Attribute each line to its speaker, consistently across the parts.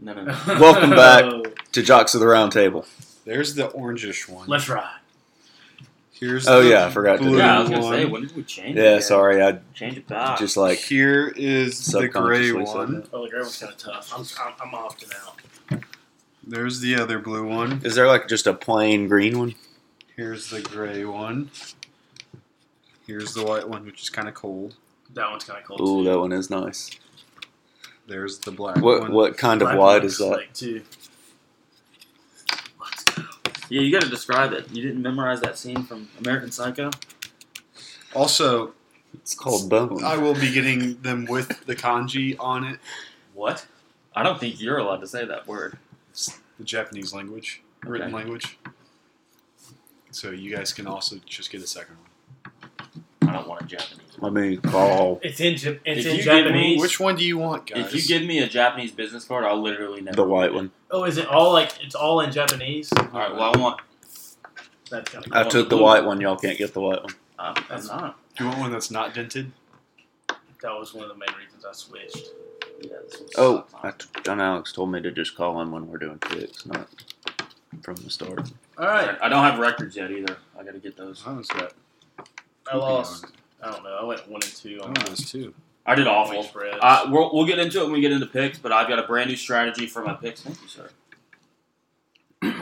Speaker 1: No, no, no.
Speaker 2: Welcome
Speaker 3: Oh,
Speaker 2: back. to Jocks of the Round Table.
Speaker 4: There's the orangish one.
Speaker 1: Let's ride.
Speaker 4: Here's
Speaker 2: Oh,
Speaker 4: the
Speaker 2: yeah, I forgot to do
Speaker 4: blue
Speaker 1: Yeah, I was gonna
Speaker 4: one.
Speaker 1: say, when did we change? it?
Speaker 2: Yeah, sorry, I
Speaker 1: Change it
Speaker 4: Ah,
Speaker 1: back.
Speaker 2: just like
Speaker 4: Here is the gray
Speaker 2: subconsciously said
Speaker 4: one.
Speaker 2: that.
Speaker 3: Oh, the gray one's kind of tough. I'm, I'm, I'm opting out.
Speaker 4: There's the other blue one.
Speaker 2: Is there like just a plain green one?
Speaker 4: Here's the gray one. Here's the white one, which is kind of cold.
Speaker 3: That one's kind of cold.
Speaker 2: Ooh,
Speaker 3: too.
Speaker 2: that one is nice.
Speaker 4: There's the black
Speaker 2: What
Speaker 4: one.
Speaker 2: what kind of
Speaker 3: Black
Speaker 2: wide
Speaker 3: one's
Speaker 2: is that?
Speaker 3: slick, too. Let's go.
Speaker 1: yeah, you got to describe it. You didn't memorize that scene from American Psycho.
Speaker 4: Also,
Speaker 2: It's called bone.
Speaker 4: I will be getting them with the kanji on it,
Speaker 1: What? I don't think you're allowed to say that word.
Speaker 4: the Japanese language, written
Speaker 1: Okay.
Speaker 4: language. So you guys can also just get a second one.
Speaker 1: I don't want a Japanese.
Speaker 2: I mean, call
Speaker 3: It's in, Ja-
Speaker 1: If
Speaker 3: it's
Speaker 1: you
Speaker 3: in
Speaker 1: give
Speaker 3: Japanese.
Speaker 1: me-
Speaker 4: Which one do you want, guys?
Speaker 1: If you give me a Japanese business card, I'll literally never.
Speaker 2: the white one.
Speaker 3: oh, is it all like, it's all in Japanese?
Speaker 1: All right. Well, I want.
Speaker 3: That's kind of
Speaker 2: I took the white one. Y'all can't get the white one.
Speaker 1: Uh, I'm not.
Speaker 4: do you want one that's not dented?
Speaker 3: That was one of the main reasons I switched.
Speaker 1: Yeah, this one
Speaker 2: Oh,
Speaker 1: sucks.
Speaker 2: I, John Alex told me to just call in when we're doing picks, not from the start.
Speaker 3: All right.
Speaker 1: I don't have records yet either. I got to get those.
Speaker 4: Oh, it's got
Speaker 3: I lost. I don't know. I went one and two on that
Speaker 4: those two.
Speaker 1: I did
Speaker 2: Oh.
Speaker 3: point
Speaker 1: awful.
Speaker 3: spread.
Speaker 1: Uh, we'll, we'll get into it when we get into picks, but I've got a brand new strategy for my picks. Thank you, sir.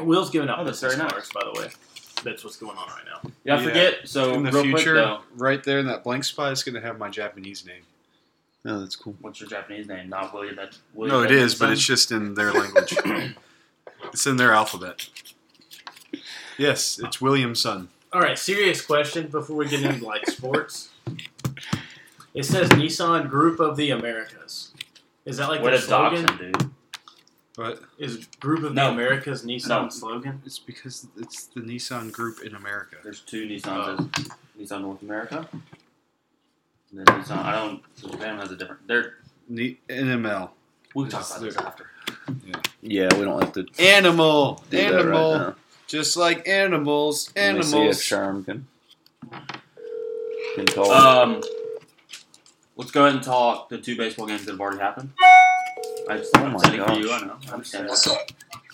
Speaker 3: Will's giving out
Speaker 1: Oh, that's
Speaker 3: business
Speaker 1: very nice.
Speaker 3: cards, by the way. That's what's going on right now.
Speaker 1: Yeah, I
Speaker 4: Yeah.
Speaker 1: forget. So
Speaker 4: In the
Speaker 1: real quick
Speaker 4: future,
Speaker 1: though,
Speaker 4: right there in that blank spot, it's going to have my Japanese name.
Speaker 2: Oh, that's cool.
Speaker 1: what's your Japanese name? Not William. Ed- William
Speaker 4: No, it is, but
Speaker 1: Edmondson?
Speaker 4: it's just in their language. it's in their alphabet. Yes, it's William's son.
Speaker 3: All right, serious question before we get into like sports. It says Nissan Group of the Americas. Is that like
Speaker 1: what
Speaker 3: their
Speaker 1: a
Speaker 3: slogan?
Speaker 1: dachshund, dude.
Speaker 4: But
Speaker 3: Is Group of
Speaker 1: No.
Speaker 3: the Americas Nissan
Speaker 1: No.
Speaker 3: slogan?
Speaker 4: it's because it's the Nissan group in America.
Speaker 1: There's two Nissans. There's Nissan North America. And then Nissan. I don't. so Japan has a different. They're.
Speaker 4: Ni- NML.
Speaker 1: We can talk
Speaker 4: It's
Speaker 1: about this
Speaker 4: their-
Speaker 1: after.
Speaker 2: Yeah, we don't have to do
Speaker 4: Animal.
Speaker 2: that
Speaker 4: animal.
Speaker 2: right now.
Speaker 4: Just like animals.
Speaker 2: Let me see if
Speaker 4: Animals.
Speaker 2: Sherm can can call.
Speaker 4: Uh,
Speaker 1: Um, let's go ahead and talk the two baseball games that have already happened. I just,
Speaker 2: Oh
Speaker 1: I'm
Speaker 2: my
Speaker 1: sitting for
Speaker 2: gosh.
Speaker 1: you. I know. I understand.
Speaker 3: What's
Speaker 1: that.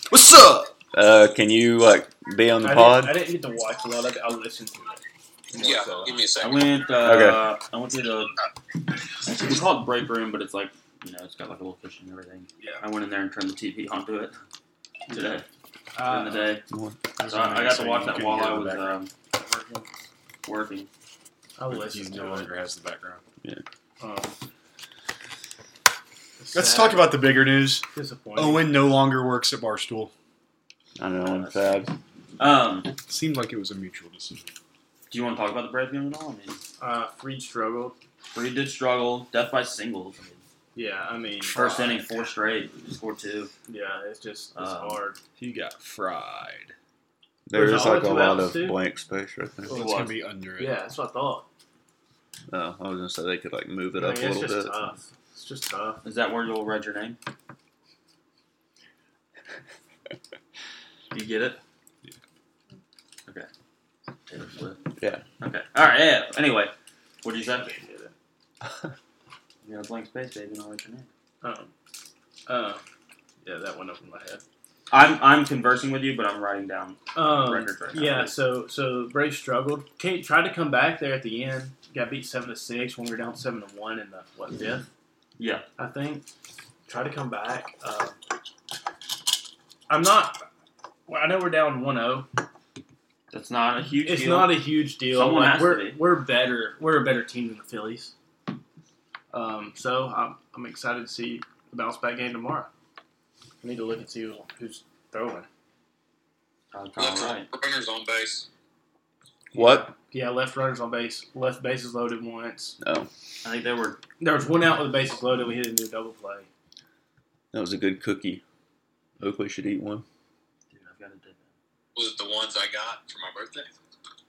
Speaker 4: What's up?
Speaker 2: uh, can you like be on the
Speaker 3: I
Speaker 2: pod?
Speaker 3: Didn't, I didn't get to watch a lot of it. I listened to it. more
Speaker 5: Yeah,
Speaker 3: so.
Speaker 5: give me a
Speaker 1: I
Speaker 5: second.
Speaker 1: went. Uh,
Speaker 2: Okay.
Speaker 1: I went to the. Actually, we call it break room, but it's like you know, it's got like a little cushion and everything.
Speaker 3: Yeah.
Speaker 1: I went in there and turned the TV onto it today during the
Speaker 3: Uh,
Speaker 1: day. So I, I got to watch that while I was um, working.
Speaker 3: I listened
Speaker 4: He
Speaker 3: to
Speaker 4: no
Speaker 3: it.
Speaker 4: longer has the background.
Speaker 3: Um,
Speaker 4: Let's
Speaker 3: sad,
Speaker 4: talk about the bigger news.
Speaker 3: disappointing.
Speaker 4: Owen no longer works at Barstool.
Speaker 2: I know. I'm sad.
Speaker 1: Um,
Speaker 4: Seemed like it was a mutual decision.
Speaker 1: do you want to talk about the Braves game at all? I mean,
Speaker 3: uh, Freed struggled.
Speaker 1: Reed did struggle. Death by singles. I mean,
Speaker 3: Yeah, I mean,
Speaker 1: first inning, four straight, scored two.
Speaker 3: Yeah, it's just it's
Speaker 1: Um,
Speaker 3: hard.
Speaker 4: He got fried.
Speaker 2: There
Speaker 3: There's
Speaker 2: is like
Speaker 3: only
Speaker 2: a
Speaker 3: two
Speaker 2: lot
Speaker 3: outs,
Speaker 2: of
Speaker 3: too.
Speaker 2: blank space right there.
Speaker 4: Well, it's gonna be under it.
Speaker 3: Yeah, that's what I thought.
Speaker 2: Oh, I was gonna say they could like move it
Speaker 3: I
Speaker 2: up
Speaker 3: mean,
Speaker 2: a
Speaker 3: it's
Speaker 2: little
Speaker 3: just
Speaker 2: bit.
Speaker 3: tough. It's just tough.
Speaker 1: Is that where you'll read your name? you get it?
Speaker 4: Yeah.
Speaker 1: Okay. Taylor Swift.
Speaker 2: Yeah.
Speaker 1: Okay. All right. Yeah. Anyway, what do you say?
Speaker 3: Okay, did it.
Speaker 1: You got a blank space, baby, and I'll read your name.
Speaker 3: Um, uh, yeah, that went over my head.
Speaker 1: I'm I'm conversing with you, but I'm writing down.
Speaker 3: Um,
Speaker 1: Record right now.
Speaker 3: yeah, so so Braves struggled. Kate tried to come back there at the end. Got beat seven to six when we were down seven to one in the what fifth?
Speaker 1: Yeah.
Speaker 3: I think. Try to come back. Um, I'm not. Well, I know we're down oh, 1-0.
Speaker 1: That's not a huge.
Speaker 3: It's
Speaker 1: deal.
Speaker 3: not a huge deal.
Speaker 1: Someone
Speaker 3: Like,
Speaker 1: has to
Speaker 3: we're
Speaker 1: be.
Speaker 3: we're better. We're a better team than the Phillies. Um, so I'm, I'm excited to see the bounce back game tomorrow. I need to look and see who- who's throwing.
Speaker 1: All
Speaker 5: Left
Speaker 1: right.
Speaker 5: runners on base.
Speaker 2: What?
Speaker 3: Yeah, left runners on base. Left bases loaded once.
Speaker 2: Oh,
Speaker 1: I think they were.
Speaker 3: There was one out with the bases loaded. We hit into a double play.
Speaker 2: that was a good cookie. Oakley should eat one.
Speaker 1: Dude, I've got to do that.
Speaker 5: Was it the ones I got for my birthday?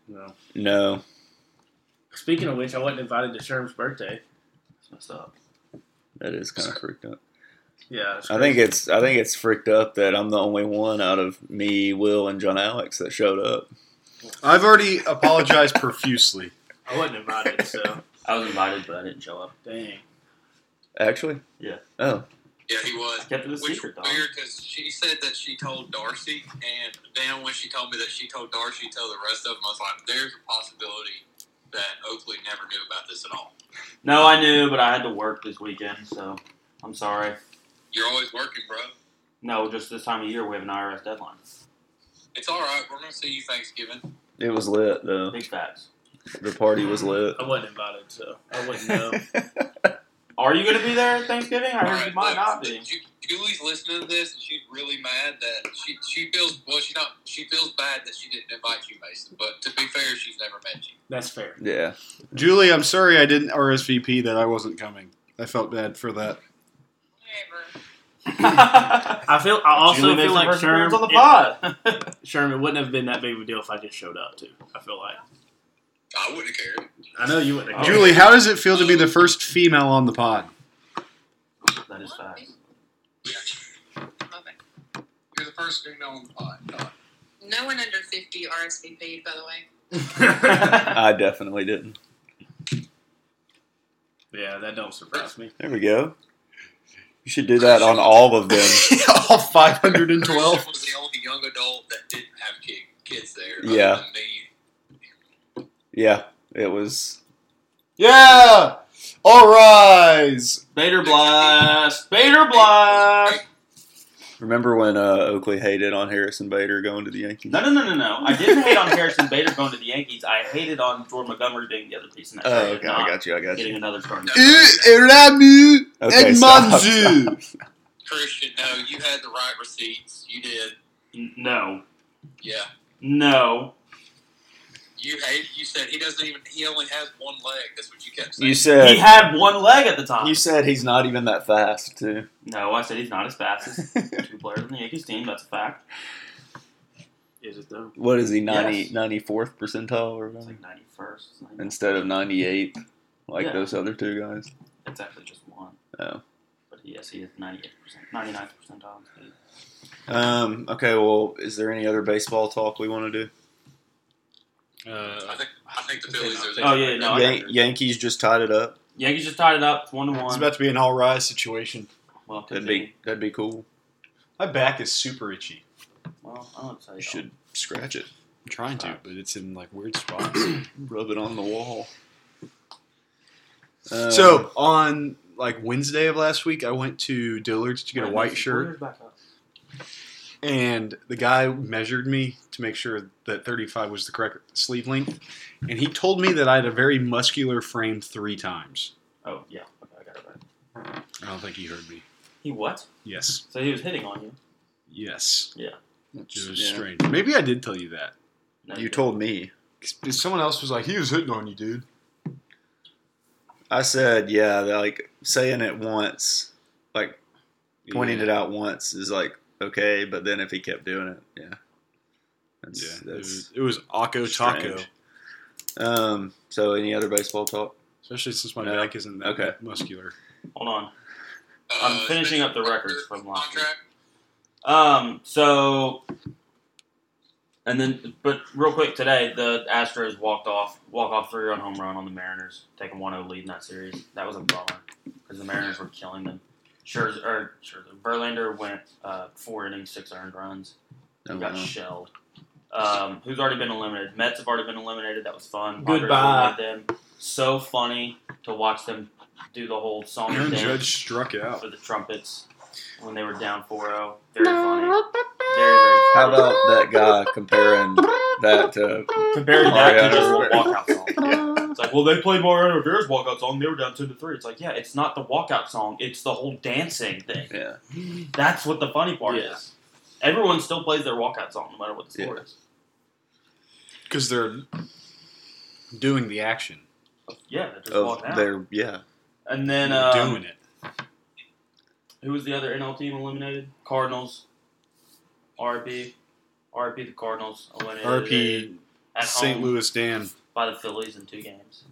Speaker 3: No.
Speaker 2: No,
Speaker 3: Speaking of which, I wasn't invited to Sherm's birthday.
Speaker 1: It's messed up.
Speaker 2: that is kind of freaked up.
Speaker 3: Yeah, it's
Speaker 2: I
Speaker 3: crazy.
Speaker 2: think it's I think it's freaked up that I'm the only one out of me, Will, and John Alex that showed up.
Speaker 4: I've already apologized profusely.
Speaker 3: I wasn't invited, so
Speaker 1: I was invited, but I didn't show up.
Speaker 3: dang.
Speaker 2: Actually.
Speaker 1: Yeah.
Speaker 2: Oh,
Speaker 5: Yeah, he was.
Speaker 1: Kept it a
Speaker 5: Which
Speaker 1: secret,
Speaker 5: was
Speaker 1: dog.
Speaker 5: weird because she said that she told Darcy, and then when she told me that she told Darcy, tell the rest of them, I was like, there's a possibility that Oakley never knew about this at all.
Speaker 1: No, I knew, but I had to work this weekend, so I'm sorry.
Speaker 5: You're always working, bro.
Speaker 1: No, just this time of year we have an IRS deadline.
Speaker 5: It's all right. We're gonna see you Thanksgiving.
Speaker 2: It was lit though.
Speaker 1: Big facts.
Speaker 2: The party was lit.
Speaker 3: I wasn't invited, so I wouldn't know.
Speaker 1: Are you going to be there at Thanksgiving? I
Speaker 5: All
Speaker 1: heard
Speaker 5: right,
Speaker 1: you might
Speaker 5: look,
Speaker 1: not be.
Speaker 5: Ju- Julie's listening to this, and she's really mad that she she feels well. She not she feels bad that she didn't invite you, Mason. But to be fair, she's never met you.
Speaker 3: That's fair.
Speaker 2: yeah.
Speaker 4: Julie, I'm sorry I didn't RSVP that I wasn't coming. I felt bad for that.
Speaker 3: I feel. I also
Speaker 1: Julie
Speaker 3: feel
Speaker 1: Mason
Speaker 3: like
Speaker 1: first appearance
Speaker 3: Sherm.
Speaker 1: on the
Speaker 3: it,
Speaker 1: pod.
Speaker 3: Sherm, it wouldn't have been that big of a deal if I just showed up too. I feel like.
Speaker 5: I wouldn't care.
Speaker 3: I know you wouldn't.
Speaker 1: Oh.
Speaker 3: Have
Speaker 4: Julie, how does it feel to be the first female on the pod?
Speaker 1: that is facts.
Speaker 5: You're the first thing on the pod.
Speaker 6: No one under 50 RSVP'd, by the way.
Speaker 2: I definitely didn't.
Speaker 3: yeah, that don't surprise me.
Speaker 2: There we go. You should do that on all of them.
Speaker 4: All 512.
Speaker 5: was the only young adult that didn't have kid, kids there. other
Speaker 2: Yeah.
Speaker 5: than me.
Speaker 2: Yeah. It was
Speaker 4: Yeah! All rise!
Speaker 1: Bader Blast! Bader Blast!
Speaker 2: Remember when uh, Oakley hated on Harrison Bader going to the Yankees?
Speaker 1: No, no, no, no, no. I didn't hate on Harrison Bader going to the Yankees. I hated on Jordan Montgomery being the other piece in that
Speaker 2: Oh,
Speaker 1: trade,
Speaker 2: okay,
Speaker 1: not
Speaker 2: I got you, I got
Speaker 1: getting
Speaker 2: you.
Speaker 1: another starting.
Speaker 5: No.
Speaker 4: Ooh, Eramu
Speaker 2: Okay, stop,
Speaker 4: Edmanzu.
Speaker 5: Christian, no, you had the right receipts. You did.
Speaker 1: No,
Speaker 5: Yeah.
Speaker 1: no.
Speaker 5: You hate. You said he doesn't even. He only has one leg. That's what you kept saying.
Speaker 2: You
Speaker 1: He
Speaker 2: said
Speaker 1: had one leg at the time.
Speaker 2: you said he's not even that fast too.
Speaker 1: No, I said he's not as fast as two players on the Yankees team. That's a fact.
Speaker 3: Is it though?
Speaker 2: What is he 90,
Speaker 1: Yes.
Speaker 2: 94th percentile or
Speaker 1: It's
Speaker 2: something?
Speaker 1: like ninety first.
Speaker 2: Instead of ninety eighth, like
Speaker 1: Yeah.
Speaker 2: those other two guys.
Speaker 1: It's actually just one.
Speaker 2: Oh.
Speaker 1: But yes, he is ninety eight percent, ninety ninth percentile. in speed.
Speaker 2: Um. Okay. Well, is there any other baseball talk we want to do?
Speaker 5: I think. I think the Phillies are.
Speaker 1: Oh yeah, no. I got
Speaker 2: Yan-
Speaker 1: yours.
Speaker 2: Yankees just tied it up.
Speaker 1: Yankees just tied it up, one to
Speaker 4: It's
Speaker 1: one.
Speaker 4: about to be an all rise situation.
Speaker 1: Well,
Speaker 2: That'd
Speaker 1: continue.
Speaker 2: be that'd be cool.
Speaker 4: My back is super itchy.
Speaker 1: well, I don't say
Speaker 4: I
Speaker 1: that.
Speaker 4: should scratch it. I'm trying to, but it's in like weird spots.
Speaker 2: Rub it on the wall. Um,
Speaker 4: so on like Wednesday of last week, I went to Dillard's to get
Speaker 1: Wait,
Speaker 4: a white
Speaker 1: Mason,
Speaker 4: shirt.
Speaker 1: pull yours back up.
Speaker 4: and the guy measured me to make sure that 35 was the correct sleeve length and he told me that i had a very muscular frame three times
Speaker 1: Oh yeah, okay, I got it right.
Speaker 4: i don't think he heard me
Speaker 1: He what?
Speaker 4: yes
Speaker 1: So he was hitting on you.
Speaker 4: yes
Speaker 2: that's-
Speaker 4: it was
Speaker 2: yeah.
Speaker 4: strange maybe i did tell you that
Speaker 1: No,
Speaker 2: You
Speaker 1: he
Speaker 2: told me.
Speaker 4: someone else was like he was hitting on you dude
Speaker 2: I said, yeah, like saying it once, like pointing
Speaker 4: yeah.
Speaker 2: it out once is like okay, but then if he kept doing it, yeah, that's,
Speaker 4: yeah, it
Speaker 2: that's
Speaker 4: was, it was Akko Taco,
Speaker 2: strange. Um. So, any other baseball talk?
Speaker 4: especially since my
Speaker 2: No.
Speaker 4: back isn't that
Speaker 2: Okay.
Speaker 4: muscular.
Speaker 1: did. Hold on.
Speaker 5: Uh,
Speaker 1: I'm finishing up the
Speaker 5: Spencer
Speaker 1: records
Speaker 5: Parker
Speaker 1: from last
Speaker 5: contract.
Speaker 1: Um. So. And then, but real quick today, the Astros walked off walk off three run home run on the Mariners, taking 1-0 lead in that series. That was a bummer because the Mariners were killing them. Scherzer, or Scherzer, Verlander went uh, four innings, six earned runs.
Speaker 2: Oh,
Speaker 1: and got
Speaker 2: wow.
Speaker 1: shelled. Um, who's already been eliminated? Mets have already been eliminated. That was fun. Padres
Speaker 3: Goodbye.
Speaker 1: eliminated Them. So funny to watch them do the whole song
Speaker 4: Aaron
Speaker 1: and dance
Speaker 4: Judge struck out.
Speaker 1: for the trumpets when they were down 4-0. Very funny. Very, very funny.
Speaker 2: How about that guy comparing that to?
Speaker 4: Oh,
Speaker 1: compared to that to just
Speaker 2: Mario?
Speaker 1: a walkout song? It's like, well, they played Mario Rivera's walkout song. They were down two to three. It's like, yeah, it's not the walkout song. It's the whole dancing thing.
Speaker 2: Yeah,
Speaker 1: That's what the funny part
Speaker 3: Yeah.
Speaker 1: is. Everyone still plays their walkout song, no matter what the score is.
Speaker 4: Because they're doing the action.
Speaker 1: Yeah, they just
Speaker 2: of
Speaker 1: walk out.
Speaker 2: their Oh, yeah.
Speaker 1: And then
Speaker 4: They're
Speaker 1: um,
Speaker 4: Oh, doing it.
Speaker 1: Who was the other NL team eliminated? Cardinals. RP. RP the Cardinals eliminated
Speaker 4: RP
Speaker 1: at
Speaker 4: St.
Speaker 1: home
Speaker 4: Louis Dan.
Speaker 1: by the Phillies in two games.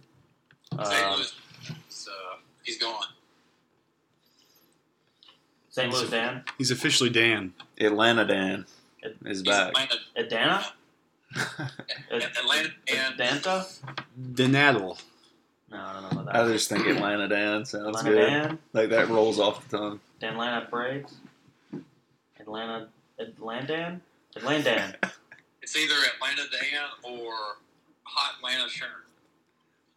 Speaker 5: St.
Speaker 1: Um,
Speaker 5: Louis. So he's gone.
Speaker 1: St. Louis Dan.
Speaker 4: He's officially Dan.
Speaker 2: Atlanta Dan
Speaker 1: It-
Speaker 2: is
Speaker 5: He's
Speaker 2: back.
Speaker 5: Atlanta.
Speaker 1: Adana? Ad-
Speaker 5: Atlanta and
Speaker 1: Adanta?
Speaker 4: Denadel.
Speaker 1: No, I don't know about that.
Speaker 2: I just think Atlanta Dan sounds
Speaker 1: Atlanta
Speaker 2: good.
Speaker 1: Dan,
Speaker 2: Like that rolls off the tongue.
Speaker 1: the Atlanta Braves, Atlanta Atlantan, Atlantan.
Speaker 5: It's either Atlanta Dan or Hot Atlanta Churn.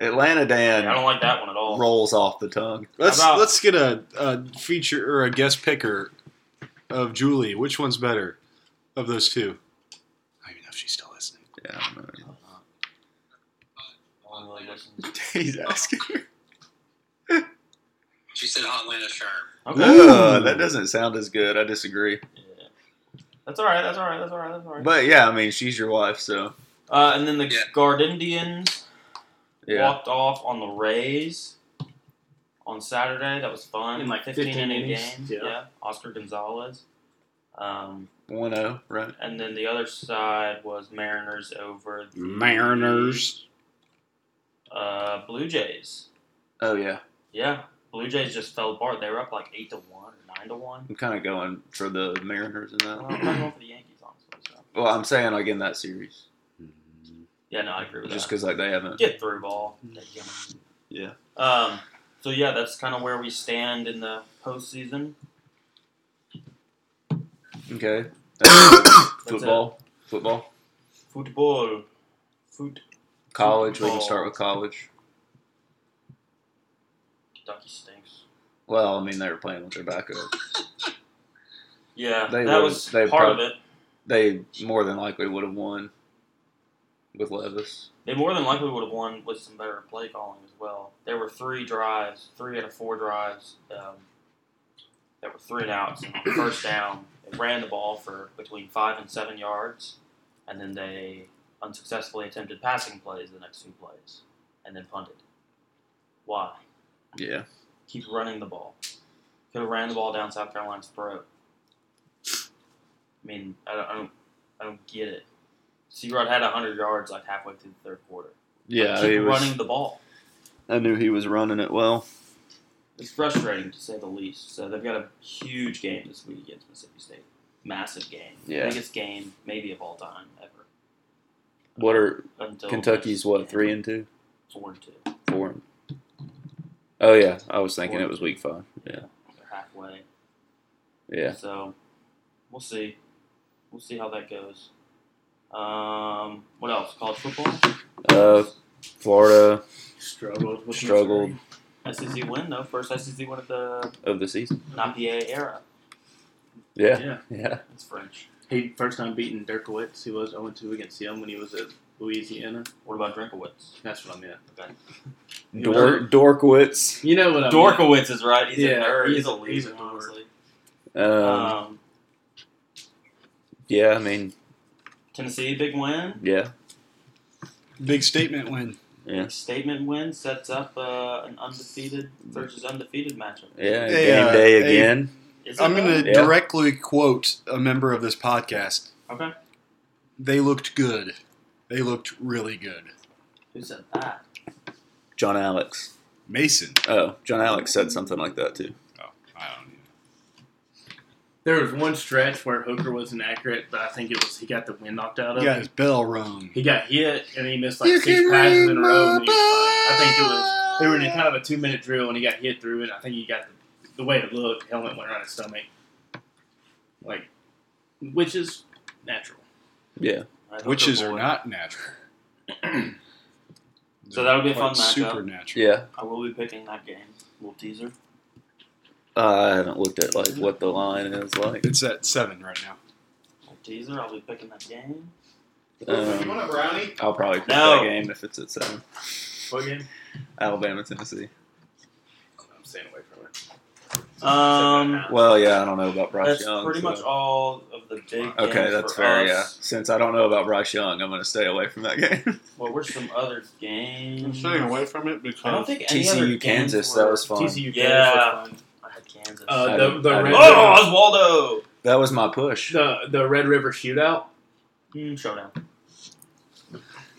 Speaker 2: Atlanta
Speaker 1: I
Speaker 2: Dan
Speaker 1: don't like that one at all.
Speaker 2: rolls off the tongue.
Speaker 4: Let's
Speaker 1: How about-
Speaker 4: let's get a, a feature or a guest picker of Julie. Which one's better of those two? I don't even know if she's still listening.
Speaker 2: Yeah, I don't know.
Speaker 1: No one really listens.
Speaker 2: he's asking.
Speaker 5: She said Hot Atlanta Churn.
Speaker 1: Okay.
Speaker 2: Ugh, Oh, that doesn't sound as good. I disagree.
Speaker 1: Yeah. That's all right. That's all right. That's all right. That's all right.
Speaker 2: But yeah, I mean, she's your wife, so
Speaker 1: uh, and then the
Speaker 5: Yeah.
Speaker 1: Gardenians
Speaker 2: yeah.
Speaker 1: walked off on the Rays on Saturday. That was fun.
Speaker 3: In like
Speaker 1: 15,
Speaker 3: 15
Speaker 1: inning
Speaker 3: innings,
Speaker 1: game.
Speaker 3: yeah.
Speaker 1: Oscar Gonzalez. Um,
Speaker 2: One zero, right?
Speaker 1: and then the other side was Mariners over the
Speaker 4: Mariners.
Speaker 1: uh, Blue Jays.
Speaker 2: Oh yeah.
Speaker 1: Yeah, Blue Jays just fell apart. They were up like eight to one or nine to one.
Speaker 2: I'm kind of going for the Mariners in
Speaker 1: Well,
Speaker 2: that.
Speaker 1: I'm not going for the Yankees, honestly. So.
Speaker 2: Well, I'm saying like in that series,
Speaker 4: Mm-hmm.
Speaker 1: Yeah, no, I agree with
Speaker 2: just
Speaker 1: that.
Speaker 2: because like they haven't.
Speaker 1: Get through ball.
Speaker 2: Yeah.
Speaker 1: Um. So yeah, that's kind of where we stand in the postseason.
Speaker 2: Okay. That's- football, football,
Speaker 1: Football. Foot.
Speaker 2: college. We can
Speaker 1: Football.
Speaker 2: start with college.
Speaker 1: Kentucky stinks.
Speaker 2: Well, I mean, they were playing with their backup.
Speaker 1: Yeah,
Speaker 2: They
Speaker 1: that
Speaker 2: would-
Speaker 1: was
Speaker 2: they
Speaker 1: part of
Speaker 2: prob-
Speaker 1: it.
Speaker 2: They more than likely would have won with Levis.
Speaker 1: They more than likely would have won with some better play calling as well. There were three drives, three out of four drives um, that were three and outs. And on first down, they ran the ball for between five and seven yards, and then they unsuccessfully attempted passing plays the next two plays, and then punted. Why?
Speaker 2: Yeah.
Speaker 1: Keep running the ball. Could have ran the ball down South Carolina's throat. I mean, I don't, I don't, I don't get it. Searod had 100 yards like halfway through the third quarter.
Speaker 2: Yeah.
Speaker 1: keep
Speaker 2: he was-
Speaker 1: running the ball.
Speaker 2: I knew he was running it well.
Speaker 1: It's frustrating to say the least. So they've got a huge game this week against Mississippi State. Massive game.
Speaker 2: Yeah.
Speaker 1: Biggest game maybe of all time ever.
Speaker 2: What are
Speaker 1: Until
Speaker 2: Kentucky's? What three and two,
Speaker 1: four and two. They're
Speaker 2: four. And, oh yeah, I was thinking it was week five. Yeah.
Speaker 1: halfway.
Speaker 2: Yeah.
Speaker 1: So we'll see. We'll see how that goes. Um, what else? College football?
Speaker 2: Uh, Florida
Speaker 3: Struggled. With
Speaker 2: struggled
Speaker 3: Missouri.
Speaker 1: SEC win though. First SEC win of the
Speaker 2: of the season.
Speaker 1: NAPA era.
Speaker 2: Yeah.
Speaker 3: Yeah.
Speaker 2: Yeah.
Speaker 1: It's French.
Speaker 3: He first time beating Dirkowitz. He was 0 2 against him when he was at Louisiana.
Speaker 1: What about Drinkowitz?
Speaker 3: That's what I meant.
Speaker 1: Okay.
Speaker 2: Dork, Dorkwitz.
Speaker 3: You know what I meant.
Speaker 1: Dorkowitz is right. He's
Speaker 3: Yeah,
Speaker 1: a nerd.
Speaker 3: he's
Speaker 1: He's a
Speaker 3: a- he's a
Speaker 1: loser,
Speaker 3: dork.
Speaker 1: honestly.
Speaker 2: Um,
Speaker 1: Um,
Speaker 2: yeah, I mean,
Speaker 1: Tennessee, big win.
Speaker 2: yeah.
Speaker 4: Big statement win.
Speaker 2: Yeah.
Speaker 1: Statement win sets up uh, an undefeated versus undefeated matchup.
Speaker 2: Yeah.
Speaker 4: Hey,
Speaker 2: game
Speaker 4: uh,
Speaker 2: day
Speaker 4: hey.
Speaker 2: again.
Speaker 1: Is it
Speaker 4: I'm
Speaker 1: though?
Speaker 4: going to
Speaker 2: Yeah.
Speaker 4: directly quote a member of this podcast.
Speaker 1: Okay.
Speaker 4: They looked good. They looked really good.
Speaker 1: Who said that?
Speaker 2: John Alex.
Speaker 4: Mason.
Speaker 2: Oh, John Alex said something like that too.
Speaker 4: I don't even
Speaker 3: There was one stretch where Hooker was inaccurate, but I think it was he got the wind knocked out of
Speaker 4: He
Speaker 3: him.
Speaker 4: got his bell rung.
Speaker 3: He got hit and he missed like six passes in a row. And he was fine. I think it was they were in kind of a two minute drill and he got hit through it. I think he got the, the way it looked. Helmet went around his stomach, like which is natural.
Speaker 2: Yeah.
Speaker 1: I hope
Speaker 4: Which
Speaker 1: they're
Speaker 4: is
Speaker 1: bored.
Speaker 4: not natural.
Speaker 1: So that'll be a fun
Speaker 4: Quite
Speaker 1: matchup.
Speaker 4: Supernatural.
Speaker 2: Yeah.
Speaker 1: I will be picking that game. Little teaser.
Speaker 2: I haven't looked at like what the line is like.
Speaker 4: It's at seven right now.
Speaker 1: Little teaser. I'll be picking that game.
Speaker 2: Um,
Speaker 4: a brownie?
Speaker 2: I'll probably pick
Speaker 1: No.
Speaker 2: that game if it's at seven.
Speaker 3: What game?
Speaker 2: Alabama, Tennessee.
Speaker 3: I'm staying away from it.
Speaker 1: Um,
Speaker 2: Well, yeah, I don't know about Bryce
Speaker 1: That's
Speaker 2: Young.
Speaker 1: pretty
Speaker 2: so-
Speaker 1: much all of the big.
Speaker 2: Okay,
Speaker 1: games
Speaker 2: that's
Speaker 1: for
Speaker 2: fair. Yeah.
Speaker 1: us.
Speaker 2: Since I don't know about Bryce Young, I'm going to stay away from that game.
Speaker 1: Well, where's some other games?
Speaker 7: I'm staying away from it
Speaker 1: I don't
Speaker 7: because
Speaker 1: think any other
Speaker 2: TCU,
Speaker 1: games
Speaker 2: Kansas.
Speaker 1: were-
Speaker 2: That was fun.
Speaker 3: TCU.
Speaker 1: Yeah.
Speaker 3: Kansas was fun.
Speaker 1: I had Kansas.
Speaker 3: Uh,
Speaker 2: I
Speaker 3: the
Speaker 2: didn't-
Speaker 3: the
Speaker 2: I
Speaker 3: Red
Speaker 2: didn't-
Speaker 3: River,
Speaker 1: oh,
Speaker 2: That was my push.
Speaker 3: the the Red River shootout.
Speaker 1: Oswaldo. Mm, showdown.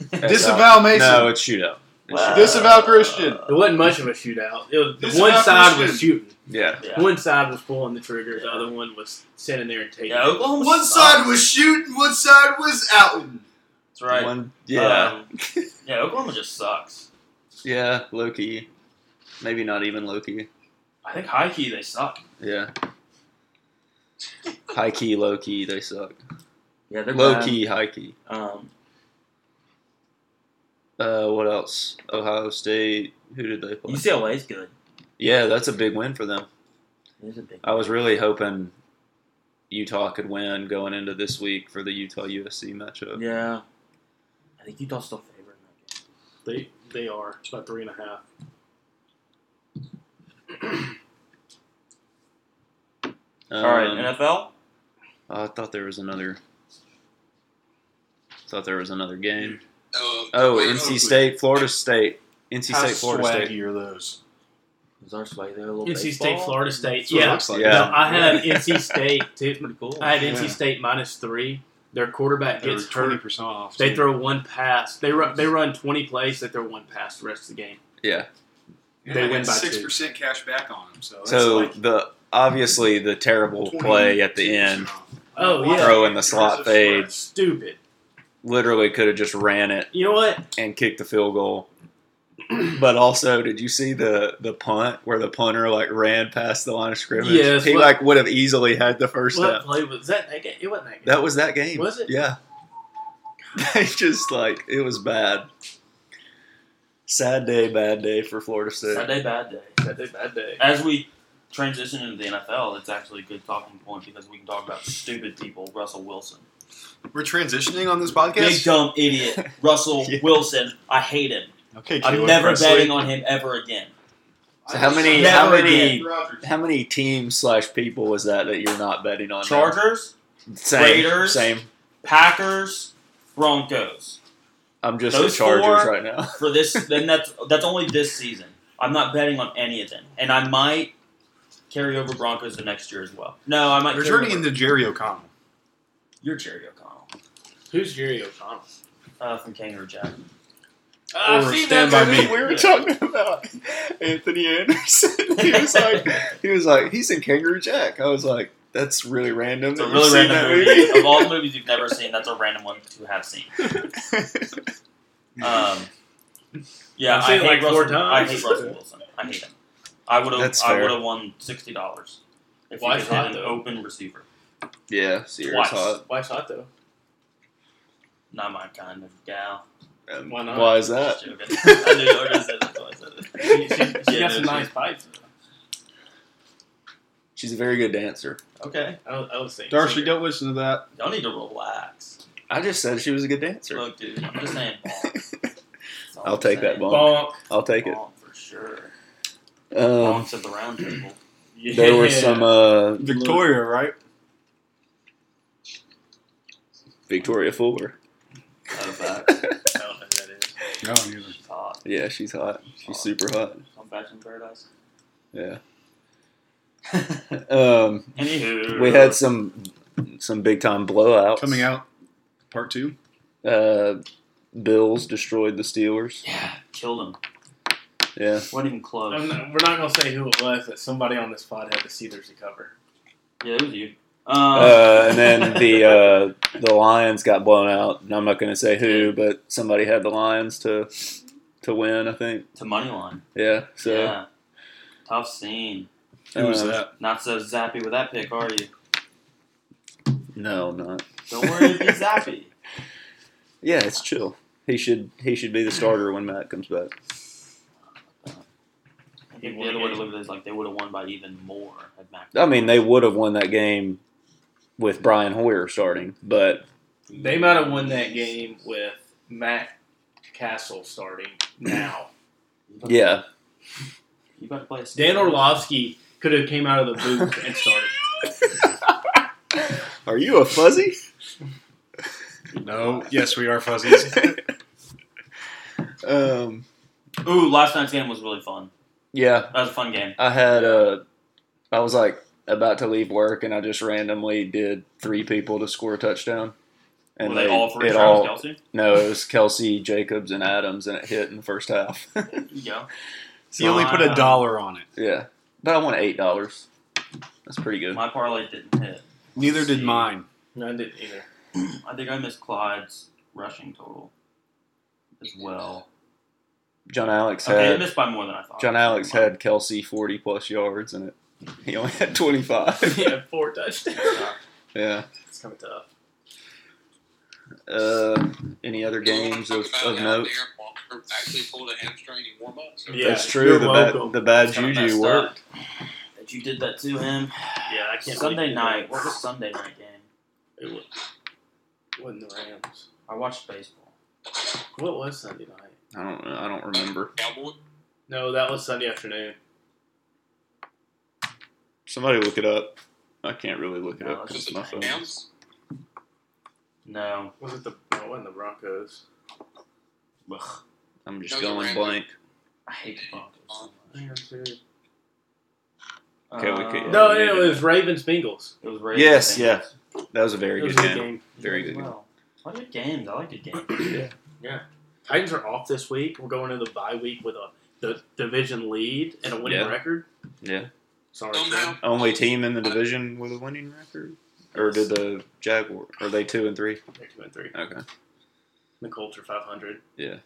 Speaker 2: That's out.
Speaker 4: Disavow Mason.
Speaker 2: No, it's shootout. It's
Speaker 1: Wow.
Speaker 2: shootout.
Speaker 4: Disavow Christian.
Speaker 1: uh,
Speaker 3: It wasn't much of a shootout. It was,
Speaker 7: This
Speaker 3: the one
Speaker 7: is
Speaker 3: side
Speaker 7: Christian.
Speaker 3: was shooting.
Speaker 2: Yeah.
Speaker 1: Yeah.
Speaker 3: One side was pulling the trigger. The other one was sitting there and taking.
Speaker 1: Yeah,
Speaker 3: it.
Speaker 1: Oklahoma
Speaker 7: one
Speaker 1: sucked.
Speaker 7: side was shooting, one side was outing.
Speaker 1: That's right.
Speaker 2: Uh, One, yeah.
Speaker 1: Um, yeah, Oklahoma just sucks.
Speaker 2: Yeah, low key. Maybe not even low key.
Speaker 1: I think high key they suck.
Speaker 2: Yeah. high key, low key, they suck.
Speaker 1: Yeah, they're
Speaker 2: Low
Speaker 1: bad.
Speaker 2: key, high key.
Speaker 1: Um,
Speaker 2: Uh, what else? Ohio State. Who did they play?
Speaker 1: UCLA's good.
Speaker 2: Yeah, that's a big win for them.
Speaker 1: There's a big.
Speaker 2: I was really hoping Utah could win going into this week for the Utah USC matchup.
Speaker 1: Yeah, I think Utah's still favored in that game.
Speaker 3: They they are. It's about three and a half.
Speaker 2: Um,
Speaker 1: All right, NFL.
Speaker 2: I thought there was another. Thought there was another game.
Speaker 5: Oh,
Speaker 2: Oh,
Speaker 5: wait,
Speaker 2: NC State, Florida State, NC
Speaker 8: How
Speaker 2: State, Florida
Speaker 8: swaggy
Speaker 2: State.
Speaker 8: are those?
Speaker 1: Is our sway there a little?
Speaker 3: NC State,
Speaker 1: baseball?
Speaker 3: Florida State.
Speaker 8: That's what it
Speaker 3: Yeah.
Speaker 8: looks like.
Speaker 2: Yeah.
Speaker 3: No, I had NC State.
Speaker 1: It's pretty cool.
Speaker 3: I had
Speaker 8: Yeah.
Speaker 3: NC State minus three. Their quarterback
Speaker 8: They're
Speaker 3: gets
Speaker 8: twenty
Speaker 3: hurt.
Speaker 8: percent off.
Speaker 3: They
Speaker 8: too.
Speaker 3: throw one pass. They run. They run twenty plays. They throw one pass the rest of the game.
Speaker 2: Yeah.
Speaker 3: They win by two.
Speaker 4: six percent cash back on them. So that's
Speaker 2: So
Speaker 4: like
Speaker 2: the obviously the terrible
Speaker 4: 20
Speaker 2: play at the end,
Speaker 3: Oh, yeah.
Speaker 2: Throw in the slot fade.
Speaker 3: Stupid.
Speaker 2: literally could have just ran it
Speaker 3: You know what?
Speaker 2: and kicked the field goal. But also, did you see the the punt where the punter like ran past the line of scrimmage?
Speaker 3: Yes,
Speaker 2: he
Speaker 3: what-
Speaker 2: like would have easily had the first
Speaker 3: What
Speaker 2: down.
Speaker 3: play was that? That game? It wasn't that game.
Speaker 2: That was that game.
Speaker 3: Was it?
Speaker 2: Yeah. They just like it was bad. Sad day, bad day for Florida State.
Speaker 1: Bad day, bad day.
Speaker 3: Bad day, bad day.
Speaker 1: As we transition into the NFL, it's actually a good talking point because we can talk about stupid people. Russell Wilson,
Speaker 4: we're transitioning on this
Speaker 1: big
Speaker 4: podcast.
Speaker 1: dumb idiot. Russell
Speaker 2: Yeah.
Speaker 1: Wilson, I hate him.
Speaker 8: Okay,
Speaker 1: I'm
Speaker 8: Caleb
Speaker 1: never
Speaker 8: Presley.
Speaker 1: betting on him ever again.
Speaker 2: So how many?
Speaker 1: Never
Speaker 2: How many?
Speaker 1: again.
Speaker 4: Rodgers.
Speaker 2: How many teams slash people was that that you're not betting on? now?
Speaker 1: Chargers,
Speaker 2: same,
Speaker 1: Raiders.
Speaker 2: Same.
Speaker 1: Packers, Broncos.
Speaker 2: I'm just
Speaker 1: Those
Speaker 2: the Chargers
Speaker 1: four-
Speaker 2: right now.
Speaker 1: For this, then that's that's only this season. I'm not betting on any of them, and I might carry over Broncos the next year as well. No, I might.
Speaker 8: They're
Speaker 1: Carry
Speaker 8: turning
Speaker 1: over-
Speaker 8: into Jerry O'Connell.
Speaker 1: You're Jerry O'Connell
Speaker 3: Who's Jerry O'Connell?
Speaker 1: uh, from Kangaroo Jack.
Speaker 3: I've
Speaker 8: Or
Speaker 3: seen
Speaker 8: Stand
Speaker 3: that
Speaker 8: By
Speaker 3: movie.
Speaker 8: Me.
Speaker 2: We were talking about Anthony Anderson. he was like, he was like, he's in Kangaroo Jack. I was like, that's really random.
Speaker 1: It's
Speaker 2: that
Speaker 1: a
Speaker 2: you've
Speaker 1: really
Speaker 2: seen
Speaker 1: random
Speaker 2: that
Speaker 1: movie. of all the movies you've never seen, that's a random one to have seen. Um, yeah,
Speaker 3: I've
Speaker 1: I
Speaker 3: seen it
Speaker 1: hate,
Speaker 3: like
Speaker 1: Russell,
Speaker 3: four
Speaker 1: I
Speaker 3: times.
Speaker 1: hate Russell Wilson. I hate him. I would have.
Speaker 2: That's
Speaker 1: I
Speaker 2: fair.
Speaker 1: would have won sixty dollars if
Speaker 3: Why
Speaker 1: you could
Speaker 3: not,
Speaker 1: hit an
Speaker 3: though?
Speaker 1: open receiver.
Speaker 2: yeah, serious
Speaker 1: Twice.
Speaker 2: hot.
Speaker 3: Wife's hot though.
Speaker 1: Not my kind of gal.
Speaker 2: Um,
Speaker 3: Why not?
Speaker 2: Why is that?
Speaker 1: Just joking. I knew I would've said that's why I said it.
Speaker 3: She, she, she
Speaker 1: Yeah,
Speaker 3: got
Speaker 1: no,
Speaker 3: some
Speaker 1: she-
Speaker 3: nice pipes. Though.
Speaker 2: She's a very good dancer.
Speaker 1: Okay,
Speaker 3: I was, I was saying.
Speaker 8: Darcy, don't listen to that.
Speaker 1: y'all need to relax.
Speaker 2: I just said she was a good dancer.
Speaker 1: Look, dude, I'm just saying. That's all
Speaker 2: I'll
Speaker 1: I'm
Speaker 2: take that
Speaker 1: saying.
Speaker 2: bonk.
Speaker 3: Bonk.
Speaker 2: I'll take it.
Speaker 1: Bonk for sure.
Speaker 2: Um,
Speaker 1: Bonks at the round table.
Speaker 3: Yeah.
Speaker 2: there were some uh,
Speaker 8: Victoria, right?
Speaker 2: Victoria Fuller.
Speaker 1: Matter of fact,
Speaker 3: I don't know who that is.
Speaker 8: No, neither.
Speaker 1: she's hot.
Speaker 2: Yeah, she's hot. She's super hot.
Speaker 1: On Fashion Paradise.
Speaker 2: Yeah. um,
Speaker 1: Anywho,
Speaker 2: we had some some big time blowouts
Speaker 8: Coming out, part two.
Speaker 2: Uh, Bills destroyed the Steelers.
Speaker 1: yeah, killed him.
Speaker 2: Yeah,
Speaker 1: wasn't even close.
Speaker 3: I'm not, we're not gonna say who it was, but somebody on this pod had the Steelers to cover.
Speaker 1: Yeah, it was you. Um,
Speaker 2: uh, and then the uh, the Lions got blown out. And I'm not going to say who, but somebody had the Lions to to win. I think.
Speaker 1: to money line.
Speaker 2: Yeah. So
Speaker 1: yeah, tough scene.
Speaker 8: Who was
Speaker 2: um,
Speaker 8: that?
Speaker 1: Not so zappy with that pick, are you?
Speaker 2: No, I'm not.
Speaker 1: Don't worry, be zappy.
Speaker 2: Yeah, it's chill. He should he should be the starter when Matt comes back.
Speaker 1: I think the other way to look at it is like they would have won by even more had Mac.
Speaker 2: I mean, they would have won that game with Brian Hoyer starting, but
Speaker 3: They might have won that game with Matt Castle starting now.
Speaker 2: yeah,
Speaker 1: you about to play. a-
Speaker 3: Dan Orlovsky could have came out of the booth and started.
Speaker 2: are you a fuzzy?
Speaker 8: No. Yes, we are fuzzies.
Speaker 2: um,
Speaker 1: Ooh, last night's game was really fun.
Speaker 2: yeah,
Speaker 1: That was a fun game.
Speaker 2: I had uh, I was like about to leave work, and I just randomly did three people to score a touchdown.
Speaker 1: were they, all three
Speaker 2: it
Speaker 1: Travis
Speaker 2: all-
Speaker 1: Kelsey?
Speaker 2: No, it was Kelsey, Jacobs, and Adams, and it hit in the first half.
Speaker 1: Yeah.
Speaker 8: you only put a dollar on it.
Speaker 2: yeah, but I won eight dollars. That's pretty good.
Speaker 1: My parlay didn't hit.
Speaker 8: Neither did mine.
Speaker 3: No, I didn't either.
Speaker 1: I think I missed Clyde's rushing total as well.
Speaker 2: John Alex
Speaker 1: Okay, they
Speaker 2: had
Speaker 1: missed by more than I thought.
Speaker 2: John Alex had Kelsey forty plus yards in it. He only had twenty five.
Speaker 3: yeah, four touchdowns.
Speaker 2: yeah.
Speaker 3: It's kind of tough.
Speaker 2: Uh, any other
Speaker 5: You wanna
Speaker 2: games
Speaker 5: talk
Speaker 2: of,
Speaker 5: about
Speaker 2: of
Speaker 5: how
Speaker 2: note?
Speaker 5: Darren Walker actually pulled a hamstring in warm up. So
Speaker 3: Yeah.
Speaker 2: That's true.
Speaker 3: You're
Speaker 2: The bad,
Speaker 3: welcome.
Speaker 2: the bad
Speaker 1: That's kinda
Speaker 2: juju
Speaker 1: messed
Speaker 2: worked.
Speaker 1: That you did that to him.
Speaker 3: Yeah, I can't.
Speaker 1: Sunday
Speaker 3: believe
Speaker 1: night. What was Sunday night game?
Speaker 3: It was, wasn't the Rams.
Speaker 1: I watched baseball.
Speaker 3: What was Sunday night?
Speaker 2: I don't. know. I don't remember.
Speaker 5: Cowboy.
Speaker 3: No, that was Sunday afternoon.
Speaker 2: Somebody look it up. I can't really look it up
Speaker 1: No,
Speaker 2: because
Speaker 5: Was it
Speaker 2: my phone.
Speaker 5: Rams?
Speaker 1: No.
Speaker 3: Was it the? No, it wasn't the Broncos.
Speaker 1: Ugh,
Speaker 2: I'm just
Speaker 5: No, you
Speaker 2: going
Speaker 5: ran-
Speaker 2: blank.
Speaker 1: I hate the Broncos
Speaker 5: Um,
Speaker 1: so much.
Speaker 2: Okay, we could-
Speaker 1: Uh,
Speaker 3: No,
Speaker 2: we
Speaker 3: it
Speaker 2: need to-
Speaker 3: was Ravens Bengals.
Speaker 1: It was Ravens.
Speaker 2: Yes,
Speaker 1: Bengals.
Speaker 2: yeah. That was a very
Speaker 3: It was
Speaker 2: good
Speaker 3: a good
Speaker 2: game.
Speaker 3: game.
Speaker 2: Very good.
Speaker 1: Well, I good games. I like good games.
Speaker 3: Titans are off this week. We're going into the bye week with a the division lead and a winning
Speaker 2: Yeah.
Speaker 3: record.
Speaker 2: Yeah.
Speaker 3: Sorry,
Speaker 5: Somehow.
Speaker 3: Sam.
Speaker 2: Only team in the division with a winning record, or did the Jaguar? Are they two and three?
Speaker 3: they're two and three.
Speaker 2: Okay.
Speaker 3: The Colts are five hundred.
Speaker 5: I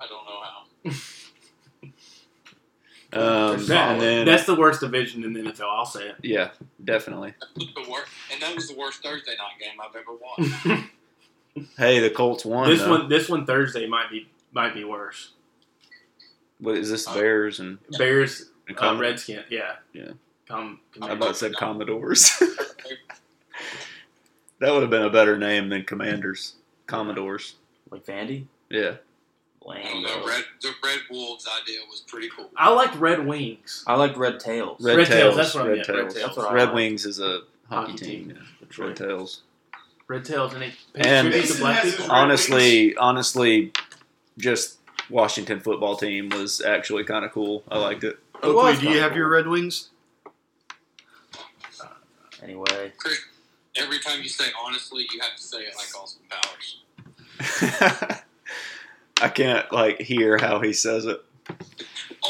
Speaker 5: don't know how.
Speaker 2: Um, and then
Speaker 3: That's the worst division in the NFL. I'll say it.
Speaker 2: yeah, definitely.
Speaker 5: That was the worst, and that was the worst Thursday night game I've ever watched.
Speaker 2: Hey, the Colts won.
Speaker 3: this
Speaker 2: though.
Speaker 3: one, this one Thursday might be might be worse.
Speaker 2: What is this? Bears and,
Speaker 3: Bears
Speaker 2: and
Speaker 3: Uh,
Speaker 2: Com-
Speaker 3: Redskin, yeah.
Speaker 2: Yeah.
Speaker 3: Com- com-
Speaker 2: I about said Commodores. that would have been a better name than Commanders. Commodores.
Speaker 1: Like Vandy.
Speaker 2: Yeah.
Speaker 5: I don't
Speaker 1: Lame.
Speaker 5: know. Red, the Red Wolves idea was pretty cool.
Speaker 3: I liked Red Wings.
Speaker 1: I like Red Tails.
Speaker 2: Red,
Speaker 3: Red
Speaker 2: Tails.
Speaker 3: Tails, that's what I
Speaker 2: Red
Speaker 3: meant, Red
Speaker 2: Tails.
Speaker 3: Tails.
Speaker 1: That's what I
Speaker 2: Red
Speaker 1: like.
Speaker 2: Wings is a hockey,
Speaker 3: Hockey
Speaker 2: team.
Speaker 3: team.
Speaker 2: yeah. Red
Speaker 3: Detroit.
Speaker 2: Tails.
Speaker 3: Red Tails, and they
Speaker 2: And-
Speaker 3: and the black people.
Speaker 4: Red
Speaker 2: Honestly, honestly, just Washington football team was actually kind of cool. I liked it.
Speaker 8: Oakley,
Speaker 3: was
Speaker 8: do you have
Speaker 3: comfortable.
Speaker 8: your Red Wings?
Speaker 1: Anyway,
Speaker 5: Chris, every time you say honestly, you have to say it like Austin Powers.
Speaker 2: I can't like hear how he says it.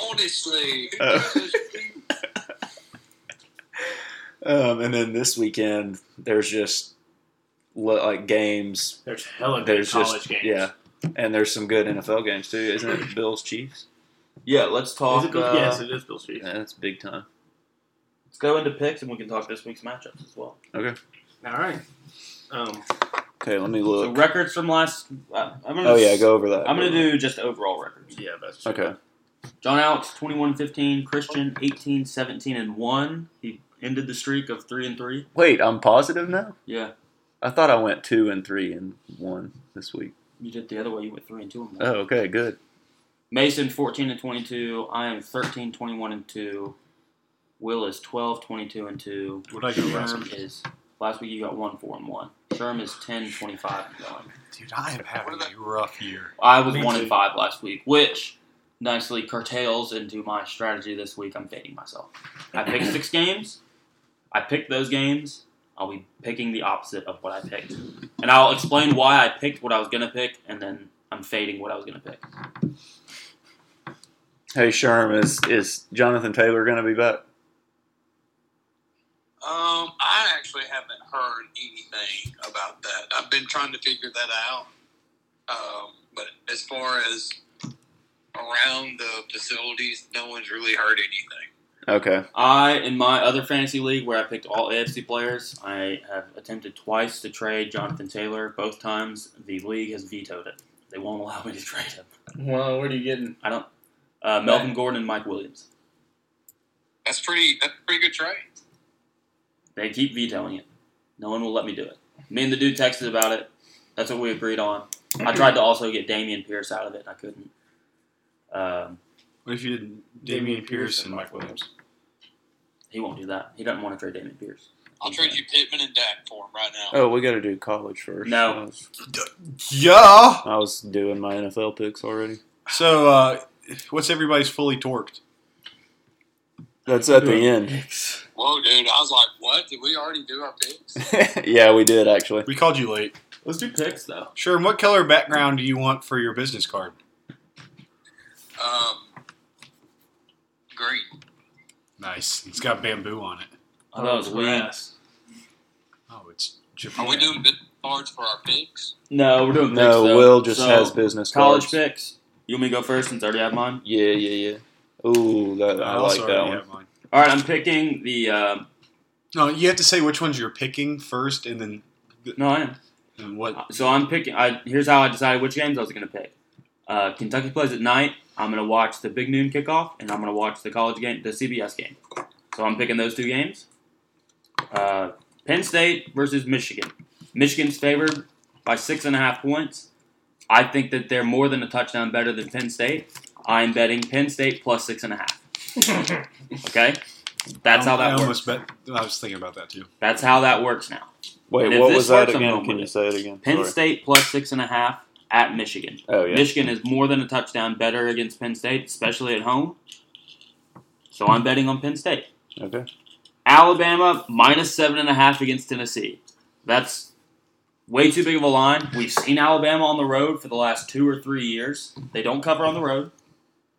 Speaker 5: Honestly, who
Speaker 2: Oh.
Speaker 5: does this?
Speaker 2: Um, and then this weekend, there's just li- like games.
Speaker 3: There's hella good
Speaker 2: There's
Speaker 3: college
Speaker 2: just
Speaker 3: games.
Speaker 2: yeah, and there's some good NFL games too, isn't it? Bills Chiefs.
Speaker 1: yeah. Let's
Speaker 3: Is
Speaker 1: talk.
Speaker 3: it Bill-
Speaker 1: uh,
Speaker 3: yes, it is Bill Street.
Speaker 2: Yeah, that's big time.
Speaker 1: Let's go into picks and we can talk this week's matchups as well.
Speaker 3: All right. Um,
Speaker 2: Okay, let me
Speaker 1: So
Speaker 2: look.
Speaker 1: records from last. Uh, I'm gonna.
Speaker 2: Oh yeah, go over that.
Speaker 1: I'm gonna do just overall records.
Speaker 3: yeah, that's
Speaker 2: Okay.
Speaker 1: John Alex 21-15, Christian 18-17 and one. He ended the streak of three and three.
Speaker 2: Wait, I'm positive now.
Speaker 1: Yeah,
Speaker 2: I thought I went two and three and one this week.
Speaker 1: you did the other way. You went three and two and one.
Speaker 2: Oh, okay, good.
Speaker 1: Mason 14 and 22. I am 13, 21 and 2. Will is 12, 22 and 2.
Speaker 8: What I do last
Speaker 1: Sherm
Speaker 8: week?
Speaker 1: is last week you got 1, 4 and 1. Sherm is 10, 25 and going.
Speaker 8: Dude, I am having a rough year.
Speaker 1: I was
Speaker 8: Me
Speaker 1: 1 and
Speaker 8: too.
Speaker 1: 5 last week, which nicely curtails into my strategy this week. I'm fading myself. I picked six games. I picked those games. I'll be picking the opposite of what I picked. And I'll explain why I picked what I was going to pick, and then I'm fading what I was going to pick.
Speaker 2: Hey, Sherm, is is Jonathan Taylor gonna be back?
Speaker 5: Um, I actually haven't heard anything about that. I've been trying to figure that out. Um, but as far as around the facilities, no one's really heard anything.
Speaker 2: Okay.
Speaker 1: I, in my other fantasy league where I picked all AFC players, I have attempted twice to trade Jonathan Taylor. Both times the league has vetoed it. They won't allow me to trade him.
Speaker 3: Well, what are you getting?
Speaker 1: I don't. Uh, Melvin Gordon and Mike Williams.
Speaker 5: That's pretty. That's a pretty good trade.
Speaker 1: They keep vetoing it. No one will let me do it. Me and the dude texted about it. That's what we agreed on. I tried to also get Damian Pierce out of it. I couldn't. Um,
Speaker 8: What if you did
Speaker 3: Damian
Speaker 8: Damian
Speaker 3: Pierce
Speaker 8: Pierce and
Speaker 3: and
Speaker 8: Mike Williams?
Speaker 1: he won't do that. He doesn't want to trade Damian Pierce.
Speaker 5: I'll trade you Pittman and Dak for him right now.
Speaker 2: Oh, we got to do college first.
Speaker 1: No.
Speaker 2: I was,
Speaker 8: Yeah.
Speaker 2: I was doing my NFL picks already.
Speaker 8: So, uh, what's everybody's fully torqued?
Speaker 2: That's at the end.
Speaker 5: Whoa, dude! I was like, "What? Did we already do our picks?"
Speaker 2: yeah, we did actually.
Speaker 8: We called you late.
Speaker 1: Let's do picks though.
Speaker 8: Sure. What color background do you want for your business card?
Speaker 5: Um, green.
Speaker 8: Nice. It's got bamboo on it.
Speaker 1: I thought it Oh, was weird.
Speaker 3: Oh, grass.
Speaker 8: Oh, it's Japan.
Speaker 5: Are we doing big cards for our picks?
Speaker 1: No, we're doing picks,
Speaker 2: No,
Speaker 1: though.
Speaker 2: Will just
Speaker 1: So,
Speaker 2: has business
Speaker 1: college
Speaker 2: cards.
Speaker 1: picks. You want me to go first since I already have mine?
Speaker 2: Yeah, yeah, yeah. Ooh, that, I like that
Speaker 4: already
Speaker 2: one.
Speaker 4: have Oh, mine.
Speaker 1: All right, I'm picking the. Uh,
Speaker 4: No, you have to say which ones you're picking first, and then
Speaker 1: no, I am.
Speaker 4: and what.
Speaker 1: So I'm picking. I, here's how I decided which games I was going to pick. Uh, Kentucky plays at night. I'm going to watch the big noon kickoff, and I'm going to watch the college game, the CBS game. So I'm picking those two games. Uh, Penn State versus Michigan. Michigan's favored by six and a half points. I think that they're more than a touchdown better than Penn State. I'm betting Penn State plus six and a half. Okay, that's how
Speaker 4: I
Speaker 1: that works.
Speaker 4: almost bet. I was thinking about that too.
Speaker 1: That's how that works now. And
Speaker 2: Wait,
Speaker 1: if
Speaker 2: what
Speaker 1: this
Speaker 2: was that
Speaker 1: works, I'm
Speaker 2: again?
Speaker 1: going
Speaker 2: Can
Speaker 1: with
Speaker 2: you
Speaker 1: it.
Speaker 2: say it again?
Speaker 1: Penn
Speaker 2: Sorry.
Speaker 1: State plus six and a half at Michigan.
Speaker 2: Oh yeah.
Speaker 1: Michigan is more than a touchdown better against Penn State, especially at home. So I'm betting on Penn State.
Speaker 2: Okay.
Speaker 1: Alabama minus seven and a half against Tennessee. That's way too big of a line. We've seen Alabama on the road for the last two or three years. They don't cover on the road.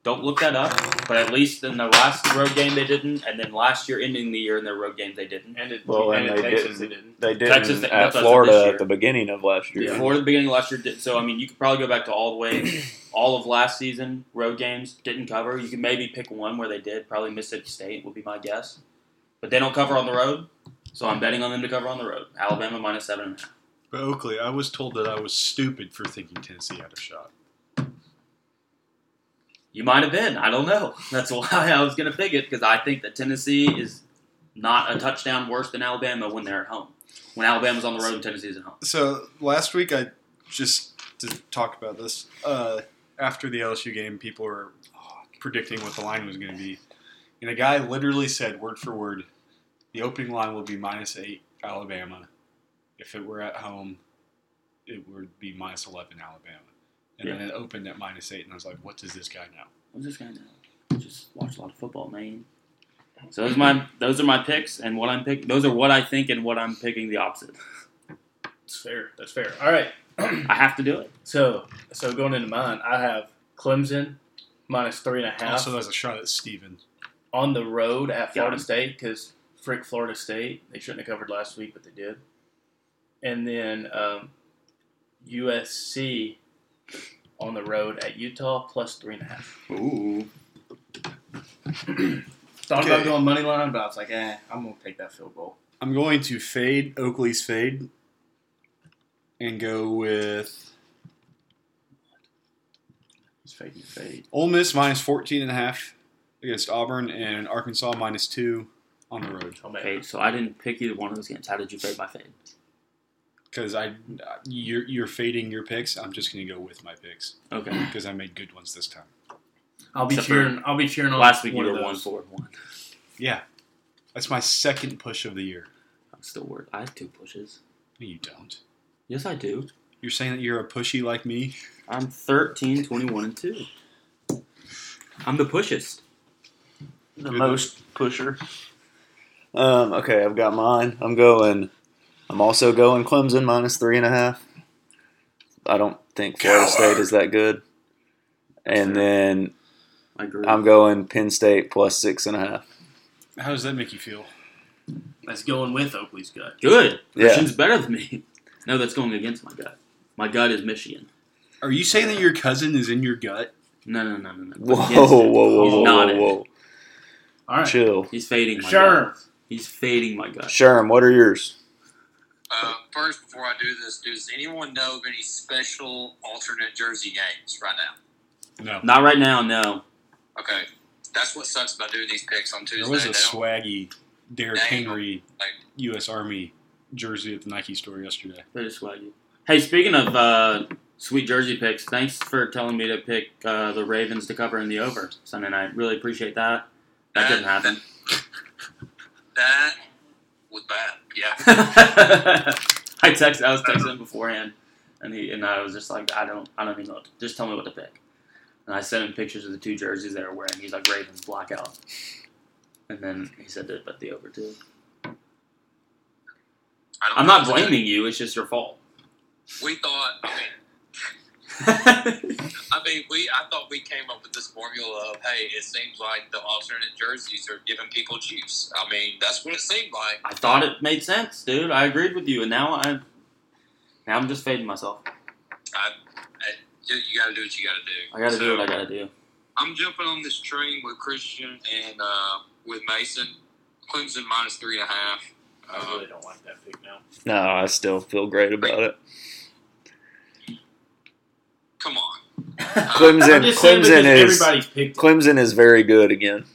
Speaker 1: Don't look that up. But at least in the last road game they didn't, and then last year ending the year in their road games they didn't.
Speaker 3: And it,
Speaker 2: Well,
Speaker 3: and
Speaker 2: and
Speaker 3: it
Speaker 2: they
Speaker 3: Texas,
Speaker 2: didn't.
Speaker 3: they didn't.
Speaker 2: They did
Speaker 1: Texas-
Speaker 2: Texas,
Speaker 1: that's
Speaker 2: at
Speaker 1: us this
Speaker 2: Florida
Speaker 1: year.
Speaker 2: at the beginning of last year.
Speaker 1: Florida the beginning of last year. Did, so I mean, you could probably go back to all the way, all of last season. Road games didn't cover. You could maybe pick one where they did. Probably Mississippi State would be my guess, but they don't cover on the road. So I'm betting on them to cover on the road. Alabama minus seven and a half.
Speaker 4: But Oakley, I was told that I was stupid for thinking Tennessee had a shot.
Speaker 1: You might have been. I don't know. That's why I was going to pick it because I think that Tennessee is not a touchdown worse than Alabama when they're at home. When Alabama's on the road and Tennessee's at home.
Speaker 9: So last week, I just to talk about this uh, after the LSU game, people were
Speaker 4: Predicting what the line was going to be, and a guy literally said word for word, the opening line will be minus eight Alabama. If it were at home, it would be minus eleven Alabama. And then it opened at minus eight, and I was like, "What does this guy know?"
Speaker 1: I'm just gonna just watch a lot of football, man. So those are my those are my picks and what I'm picking. Those are what I think and what I'm picking the opposite.
Speaker 3: That's fair. That's fair. All right.
Speaker 1: I have to do it.
Speaker 3: So so going into mine, I have Clemson minus three and a half
Speaker 4: Also, that's a shot at Steven.
Speaker 3: on the road at
Speaker 1: Got
Speaker 3: Florida
Speaker 1: him.
Speaker 3: State because frick Florida State they shouldn't have covered last week, but they did. And then um, USC on the road at Utah plus three and a half.
Speaker 1: Ooh.
Speaker 3: Thought about
Speaker 9: Okay.
Speaker 3: going money line, but I was like, eh, I'm gonna take that field goal.
Speaker 4: I'm going to fade Oakley's fade and go with
Speaker 3: It's fade and fade.
Speaker 4: Ole Miss minus 14 and a half against Auburn and Arkansas minus two on the road
Speaker 3: I'll make
Speaker 1: Okay, so I didn't pick either one of those games. How did you fade my fade?
Speaker 4: because I you're, you're fading your picks. I'm just going to go with my picks
Speaker 1: Okay.
Speaker 4: because I made good ones this time.
Speaker 3: I'll be
Speaker 1: Except for
Speaker 3: cheering. I'll be cheering on
Speaker 1: Last week you
Speaker 3: one of
Speaker 1: were
Speaker 3: those.
Speaker 1: one four and one.
Speaker 4: Yeah, that's my second push of the year.
Speaker 1: I'm still worried. I have two pushes.
Speaker 4: No, you don't.
Speaker 1: Yes, I do.
Speaker 4: You're saying that you're a pushy like me.
Speaker 1: I'm 13, 21, and two. I'm the pushest.
Speaker 2: The
Speaker 4: Good.
Speaker 2: most pusher. Um, okay, I've got mine. I'm going. I'm also going Clemson minus three and a half. I don't think Florida State is that good. And then
Speaker 1: I agree.
Speaker 2: I'm going Penn State plus six and a half.
Speaker 4: How does that make you feel?
Speaker 3: That's going with Oakley's gut.
Speaker 1: Good.
Speaker 2: Yeah.
Speaker 1: Christian's better than me. No, that's going against my gut. My gut is Michigan.
Speaker 4: Are you saying that your cousin is in your gut?
Speaker 1: No, no, no, no, no.
Speaker 2: Whoa,
Speaker 1: Against
Speaker 2: whoa,
Speaker 1: it.
Speaker 2: whoa, whoa,
Speaker 1: He's
Speaker 2: whoa,
Speaker 1: not
Speaker 2: whoa,
Speaker 1: in
Speaker 2: whoa.
Speaker 3: All right,
Speaker 2: Chill.
Speaker 1: He's fading my
Speaker 3: sure.
Speaker 1: gut. He's fading my gut.
Speaker 2: Sherm, what are yours?
Speaker 5: Uh, first, before I do this, does anyone know of any special alternate jersey games right now?
Speaker 4: No.
Speaker 1: Not right now, no.
Speaker 5: Okay, that's what sucks about doing these picks on Tuesday.
Speaker 4: There was a
Speaker 5: They don't-
Speaker 4: swaggy Derrick
Speaker 5: Dang.
Speaker 4: Henry
Speaker 5: Like-
Speaker 4: U.S. Army jersey at the Nike store yesterday.
Speaker 1: That is swaggy. Hey, speaking of uh, sweet jersey picks, thanks for telling me to pick uh, the Ravens to cover in the over Sunday night. Really appreciate that. That didn't happen.
Speaker 5: That was bad. Yeah.
Speaker 1: I text. I was texting him beforehand, and he and I was just like, I don't, I don't even know. What to, just tell me what to pick. And I sent him pictures of the two jerseys they were wearing. He's like Ravens blackout, and then he said to bet the over too.
Speaker 5: I don't
Speaker 1: I'm
Speaker 5: know
Speaker 1: not
Speaker 5: what to do.
Speaker 1: blaming you. It's just your fault.
Speaker 5: We thought. I mean, I mean, we. I thought we came up with this formula of, hey, it seems like the alternate jerseys are giving people juice. I mean, that's what it seemed like.
Speaker 1: I thought it made sense, dude. I agreed with you, and now I, now I'm just fading myself.
Speaker 5: do, you got to do what you got to do.
Speaker 1: I gotta
Speaker 5: So,
Speaker 1: do what I gotta do.
Speaker 5: I'm jumping on this train with Christian and uh, with Mason. Clemson minus three and a half.
Speaker 10: I
Speaker 5: Uh,
Speaker 10: really don't like that pick now.
Speaker 2: No, I still feel great about it.
Speaker 5: come on.
Speaker 2: Clemson,
Speaker 10: I'm just saying
Speaker 2: Clemson
Speaker 10: because
Speaker 2: is
Speaker 10: everybody's picked. it.
Speaker 2: Clemson is very good again.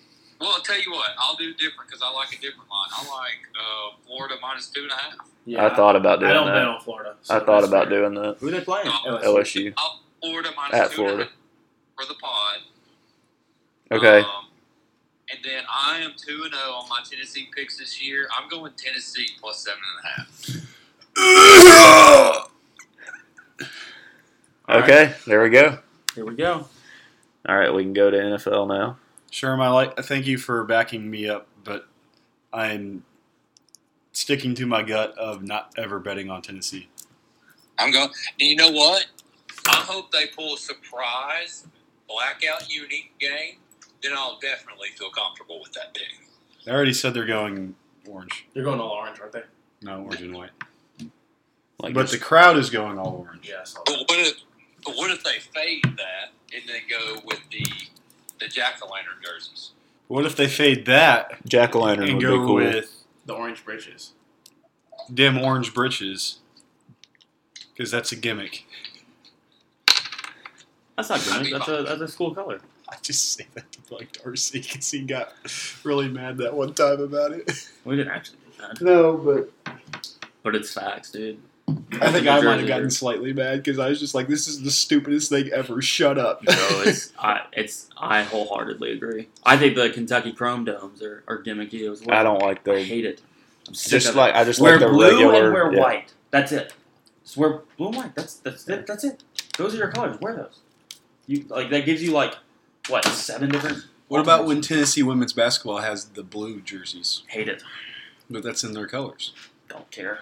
Speaker 5: Well, I'll tell you what. I'll do different because I like a different line. I like uh, Florida minus two and a half.
Speaker 10: Yeah,
Speaker 2: I thought about
Speaker 10: I
Speaker 2: doing
Speaker 10: don't bet
Speaker 2: that.
Speaker 10: on Florida.
Speaker 2: I
Speaker 10: so
Speaker 2: thought
Speaker 10: that's
Speaker 2: about
Speaker 10: fair.
Speaker 2: doing that.
Speaker 1: Who they playing?
Speaker 2: LSU.
Speaker 5: I'll Florida minus
Speaker 2: At
Speaker 5: two and a
Speaker 2: Florida.
Speaker 5: half for the pod.
Speaker 2: Okay.
Speaker 5: Um, and then I am 2 and 0 on my Tennessee picks this year. I'm going Tennessee plus seven and a half.
Speaker 1: All right.
Speaker 2: Okay. There we go.
Speaker 1: Here we go.
Speaker 2: All right. We can go to NFL now.
Speaker 4: Sherm, I like. Thank you for backing me up, but I'm sticking to my gut of not ever betting on Tennessee.
Speaker 5: I'm going. And you know what? I hope they pull a surprise blackout unique game. Then I'll definitely feel comfortable with that pick.
Speaker 4: They already said they're going orange,
Speaker 10: They're going all orange, aren't they?
Speaker 4: no orange and white,
Speaker 2: Like
Speaker 4: but the crowd is going all orange.
Speaker 10: Yeah, I saw
Speaker 5: But
Speaker 10: that.
Speaker 5: what if? But what if they fade that and then go with the the jack o' lantern jerseys?
Speaker 4: What if they fade that
Speaker 2: jack o' lantern
Speaker 4: and
Speaker 2: would be
Speaker 4: go
Speaker 2: cool.
Speaker 4: with
Speaker 10: The orange britches.
Speaker 4: dim orange britches? Because that's a gimmick.
Speaker 1: That's not good. That's a that's a school color.
Speaker 4: I just say that to Blake Darcy because he got really mad that one time about it.
Speaker 1: We didn't actually do that,
Speaker 4: No, but
Speaker 1: but it's facts, dude.
Speaker 4: I think
Speaker 1: New
Speaker 4: I might
Speaker 1: Jersey
Speaker 4: have gotten
Speaker 1: or-
Speaker 4: slightly mad because I was just like, "This is the stupidest thing ever." Shut up.
Speaker 1: No, it's I it's I wholeheartedly agree. I think the Kentucky Chrome Domes are, are gimmicky as well.
Speaker 2: I don't like
Speaker 1: I
Speaker 2: the
Speaker 1: hate it. I'm sick
Speaker 2: just
Speaker 1: of
Speaker 2: like
Speaker 1: it.
Speaker 2: I just
Speaker 1: wear
Speaker 2: like the
Speaker 1: blue
Speaker 2: regular.
Speaker 1: and wear
Speaker 2: yeah.
Speaker 1: white. That's it. Just wear blue and white. That's that's it. That's it. Those are your colors. Wear those. You like that gives you like what seven different.
Speaker 4: What about when Tennessee women's basketball has the blue jerseys,
Speaker 1: Hate it.
Speaker 4: but that's in their colors?
Speaker 1: Don't care.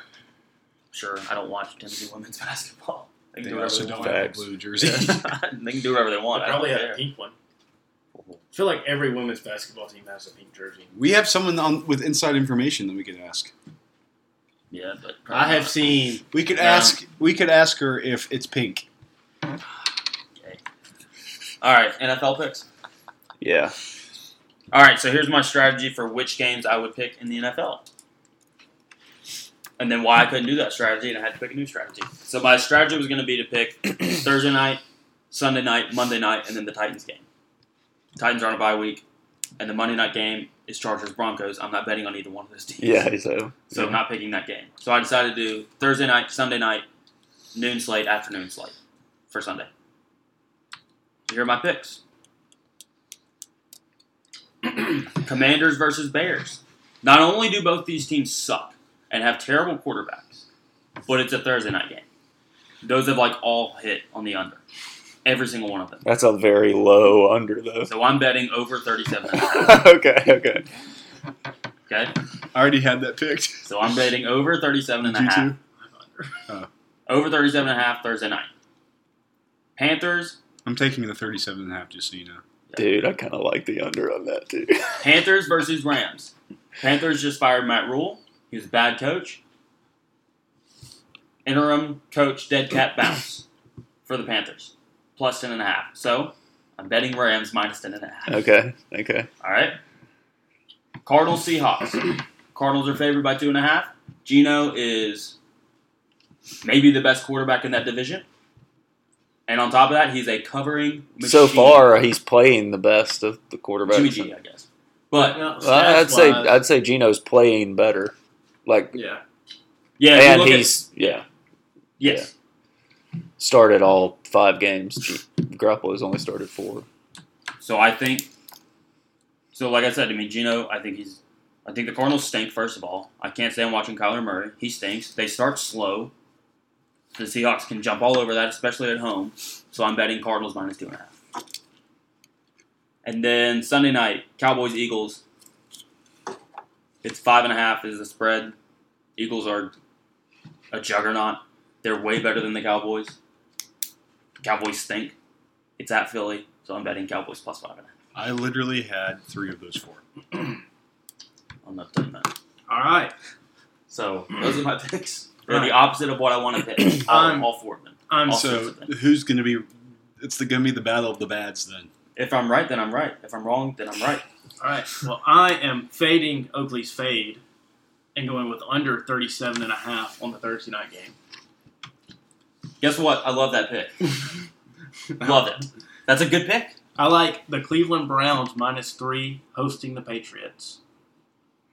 Speaker 1: Sure, I don't watch Tennessee women's basketball. They can
Speaker 4: They
Speaker 1: do whatever
Speaker 4: also
Speaker 1: they
Speaker 4: don't
Speaker 1: want.
Speaker 4: have
Speaker 2: Facts.
Speaker 4: a blue jersey.
Speaker 1: they can do whatever they want.
Speaker 10: They
Speaker 1: I don't
Speaker 10: probably had a
Speaker 1: care.
Speaker 10: pink one. I feel like every women's basketball team has a pink jersey.
Speaker 4: we have someone on with inside information that we could ask.
Speaker 1: Yeah, but
Speaker 10: I have seen
Speaker 4: We could
Speaker 1: Yeah.
Speaker 4: ask. We could ask her if it's pink.
Speaker 1: All right, NFL picks.
Speaker 2: Yeah.
Speaker 1: All right, so here's my strategy for which games I would pick in the NFL. And then why I couldn't do that strategy and I had to pick a new strategy. So my strategy was going to be to pick Thursday night, Sunday night, Monday night, and then the Titans game. Titans are on a bye week, and the Monday night game is Chargers Broncos. I'm not betting on either one of those teams.
Speaker 2: Yeah. So
Speaker 1: So I'm not picking that game. So I decided to do Thursday night, Sunday night, noon slate, afternoon slate for Sunday. Here are my picks. Commanders versus Bears. Not only do both these teams suck and have terrible quarterbacks, but it's a Thursday night game. Those have like all hit on the under. Every single one of them.
Speaker 2: that's a very low under though.
Speaker 1: So I'm betting over 37 and a half,
Speaker 2: okay. Okay.
Speaker 1: okay?
Speaker 4: I already had that picked.
Speaker 1: So I'm betting over 37 and a
Speaker 4: You
Speaker 1: half.
Speaker 4: too? Oh.
Speaker 1: Over 37 and a half Thursday night. Panthers,
Speaker 4: I'm taking the 37 and a half, just so you know.
Speaker 2: Dude, I kind of like the under on that too.
Speaker 1: Panthers versus Rams. Panthers just fired Matt Rule. He was a bad coach. Interim coach dead cat bounce for the Panthers. Plus 10 and a half. So I'm betting Rams minus 10 and a half.
Speaker 2: okay. Okay.
Speaker 1: All right. Cardinals Seahawks. Cardinals are favored by two and a half. Gino is maybe the best quarterback in that division. And on top of that, he's a covering machine.
Speaker 2: So far, he's playing the best of the quarterbacks.
Speaker 1: Jimmy G, I guess. But
Speaker 10: No,
Speaker 2: Well, I'd say
Speaker 10: stats-wise,
Speaker 2: I'd say Gino's playing better. Like,
Speaker 10: yeah.
Speaker 1: yeah, if you
Speaker 2: and
Speaker 1: look at-
Speaker 2: he's yeah
Speaker 1: yes.
Speaker 2: started all five games. G- Garoppolo's only started four.
Speaker 1: So I think. So like I said, I mean Gino. I think he's. I think the Cardinals stink. First of all, I can't stand watching Kyler Murray. He stinks. They start slow. The Seahawks can jump all over that, especially at home. So I'm betting Cardinals minus two and a half. And then Sunday night, Cowboys Eagles. It's five and a half is the spread. Eagles are a juggernaut. They're way better than the Cowboys. Cowboys stink. It's at Philly, so I'm betting Cowboys plus five and a half
Speaker 4: I literally had three of those four.
Speaker 1: on the third night.
Speaker 10: All right.
Speaker 1: So those are my
Speaker 4: Um,
Speaker 1: picks. They're the opposite of what I want to pick. All,
Speaker 10: I'm-
Speaker 1: all four of them.
Speaker 10: I'm
Speaker 1: All
Speaker 4: so
Speaker 1: sorts of
Speaker 4: who's going to be it's the, gonna be the battle of the bads then.
Speaker 1: If I'm right, then I'm right. If I'm wrong, then I'm right.
Speaker 3: All right. Well, I am fading Oakley's fade and going with under 37 and a half on the Thursday night game.
Speaker 1: Guess what? I love that pick. love it. That's a good pick.
Speaker 3: I like the Cleveland Browns minus three hosting the Patriots.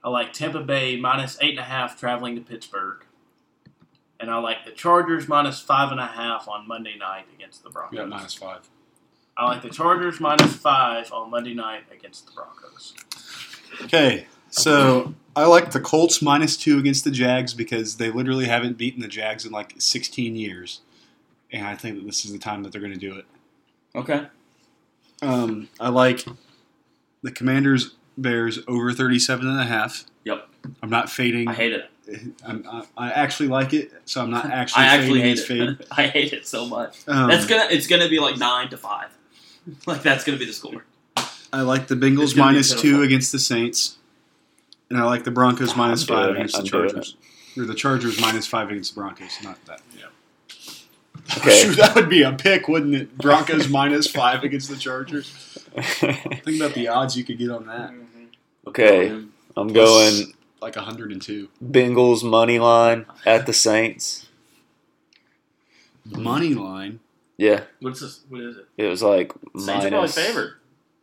Speaker 3: I like Tampa Bay minus eight and a half traveling to Pittsburgh. And I like the Chargers minus five and a half on Monday night against the
Speaker 8: We got
Speaker 3: Broncos.
Speaker 8: minus five.
Speaker 3: I like the Chargers minus five on Monday night against the Broncos.
Speaker 4: Okay, so I like the Colts minus two against the Jags because they literally haven't beaten the Jags in like 16 years, and I think that this is the time that they're going to do it.
Speaker 1: Okay.
Speaker 4: Um, I like the Commanders Bears over 37 and a half.
Speaker 1: Yep.
Speaker 4: I'm not fading.
Speaker 1: I hate it.
Speaker 4: I'm, I, I actually like it, so I'm not actually.
Speaker 1: I actually
Speaker 4: fading
Speaker 1: hate
Speaker 4: this fade.
Speaker 1: it. I hate it so much.
Speaker 4: Um,
Speaker 1: That's gonna. It's gonna be like nine to five. Like that's gonna be the score.
Speaker 4: I like the
Speaker 1: It's
Speaker 4: Bengals
Speaker 1: gonna be
Speaker 4: minus two
Speaker 1: pitiful.
Speaker 4: against the Saints, and I like the Broncos minus
Speaker 2: I'm
Speaker 4: five
Speaker 2: doing it.
Speaker 4: against
Speaker 2: I'm
Speaker 4: the
Speaker 2: doing
Speaker 4: Chargers. Or the Chargers minus five against the Broncos. Not that. Yeah.
Speaker 2: Okay.
Speaker 4: Shoot, that would be a pick, wouldn't it? Broncos minus five against the Chargers. Think about the odds you could get on that.
Speaker 2: okay. I'm going
Speaker 4: Like 102.
Speaker 2: Bengals money line at the Saints.
Speaker 4: Money line.
Speaker 2: Yeah,
Speaker 3: What's this? What is it?
Speaker 2: it was like
Speaker 1: Saints are probably
Speaker 2: minus
Speaker 1: favored.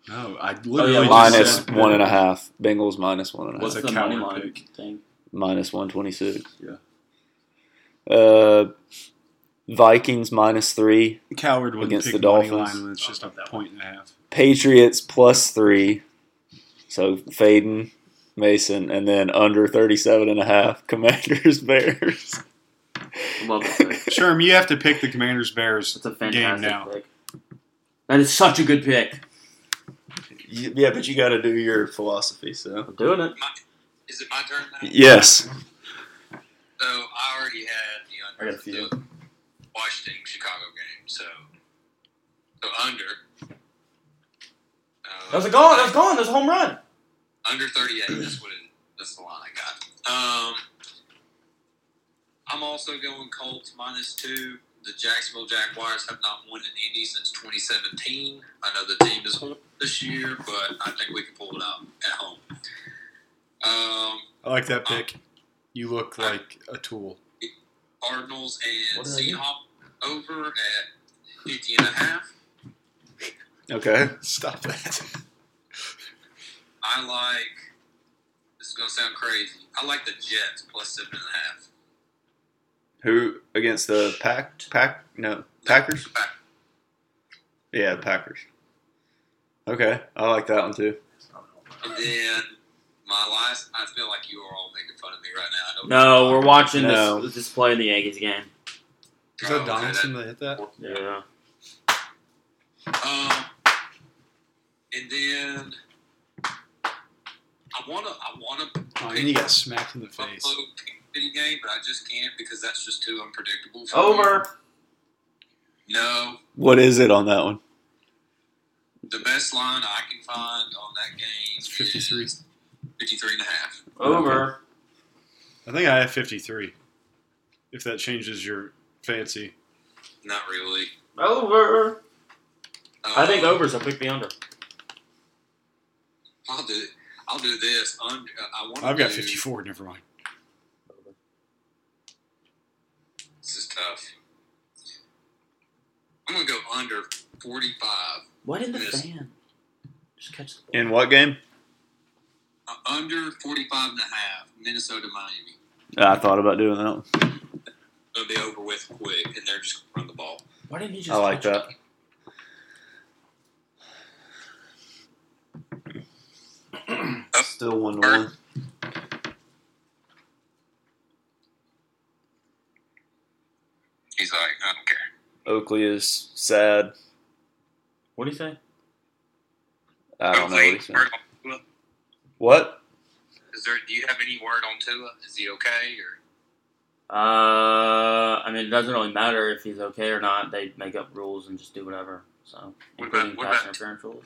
Speaker 4: No, I literally
Speaker 1: yeah,
Speaker 4: just
Speaker 2: Oh, minus
Speaker 4: said-
Speaker 2: one and a half. Bengals minus one and a half.
Speaker 1: What's
Speaker 4: a
Speaker 1: the money
Speaker 4: coward
Speaker 1: line
Speaker 4: pick.
Speaker 1: thing?
Speaker 2: minus 126.
Speaker 4: Yeah.
Speaker 2: Uh, Vikings minus three.
Speaker 4: Coward wouldn't
Speaker 2: Against
Speaker 4: pick
Speaker 2: the
Speaker 4: money
Speaker 2: Dolphins.
Speaker 4: line when it's just a point and a half.
Speaker 2: Patriots plus three. So Faden, Mason, and then under 37 and a half. Commanders, Bears.
Speaker 1: Love that pick.
Speaker 4: Sherm, you have to pick the Commanders Bears.
Speaker 1: It's a
Speaker 4: Game
Speaker 1: fantastic
Speaker 4: now.
Speaker 1: pick. That is such a good pick.
Speaker 2: yeah, but you got to do your philosophy, so.
Speaker 1: I'm doing it.
Speaker 5: Is it my turn now?
Speaker 2: Yes.
Speaker 5: So I already had the
Speaker 1: I
Speaker 5: under
Speaker 1: got a few.
Speaker 5: the Washington Chicago game. So so under. Uh,
Speaker 1: That was a gone. That was gone. That was a home run.
Speaker 5: under thirty eight. That's what it, that's the line I got. Um, I'm also going Colts minus two. The Jacksonville Jaguars have not won in Indy since 2017. I know the team is horrible this year, but I think we can pull it out at home. Um,
Speaker 4: I like that pick. You look like a tool.
Speaker 5: Cardinals
Speaker 1: What
Speaker 5: and
Speaker 1: did I do?
Speaker 5: Seahawks over at 50 and a half.
Speaker 2: Okay.
Speaker 4: Stop that.
Speaker 5: I like. This is gonna sound crazy. I like the Jets plus seven and a half.
Speaker 2: Who against the Pack? Pack? No. Packers? Yeah, the Packers. Okay. I like that one too.
Speaker 5: And then my last. I feel like you are all making fun of me right now. I don't
Speaker 1: No, we're watching
Speaker 2: No.
Speaker 1: this this play in the Yankees game.
Speaker 4: Is
Speaker 5: Oh,
Speaker 4: that
Speaker 5: okay,
Speaker 4: Donaldson that hit that?
Speaker 1: Yeah.
Speaker 5: that- Um, and then I wanna. I wanna
Speaker 4: Oh, and you got smacked in the face.
Speaker 5: Buffalo Kansas City game, but I just can't because that's just too unpredictable. For
Speaker 1: Over.
Speaker 5: Me. No,
Speaker 2: What is it on that one?
Speaker 5: the best line I can find on that game
Speaker 4: It's 53.
Speaker 5: is 53 and a half.
Speaker 1: Over.
Speaker 4: I think I have 53. If that changes your fancy.
Speaker 5: Not really.
Speaker 1: Over. I think
Speaker 5: Um,
Speaker 1: over, so pick the under.
Speaker 5: I'll do. I'll do this. Under, I want.
Speaker 4: I've got
Speaker 5: do,
Speaker 4: 54. Never mind.
Speaker 5: This is tough. I'm gonna go under 45.
Speaker 1: What in the
Speaker 5: Yes.
Speaker 1: fan? Just catch the ball.
Speaker 2: In what game?
Speaker 5: Uh, under 45 and a half. Minnesota, Miami.
Speaker 2: I thought about doing that one.
Speaker 5: It'll be over with quick, and they're just gonna run the ball.
Speaker 1: Why didn't he just?
Speaker 2: I like
Speaker 1: touch
Speaker 2: that. Still one to one.
Speaker 5: He's like, I don't care.
Speaker 2: Oakley is sad.
Speaker 1: it? What do you say?
Speaker 2: I don't know what he
Speaker 5: Wait,
Speaker 2: said.
Speaker 5: word on Tua?
Speaker 2: What?
Speaker 5: Is there? Do you have any word on Tua? Is he okay? Or
Speaker 1: Uh, I mean, it doesn't really matter if he's okay or not. They make up rules and just do whatever. So,
Speaker 5: What
Speaker 1: including
Speaker 5: about- what
Speaker 1: pass
Speaker 5: about-
Speaker 1: interference rules.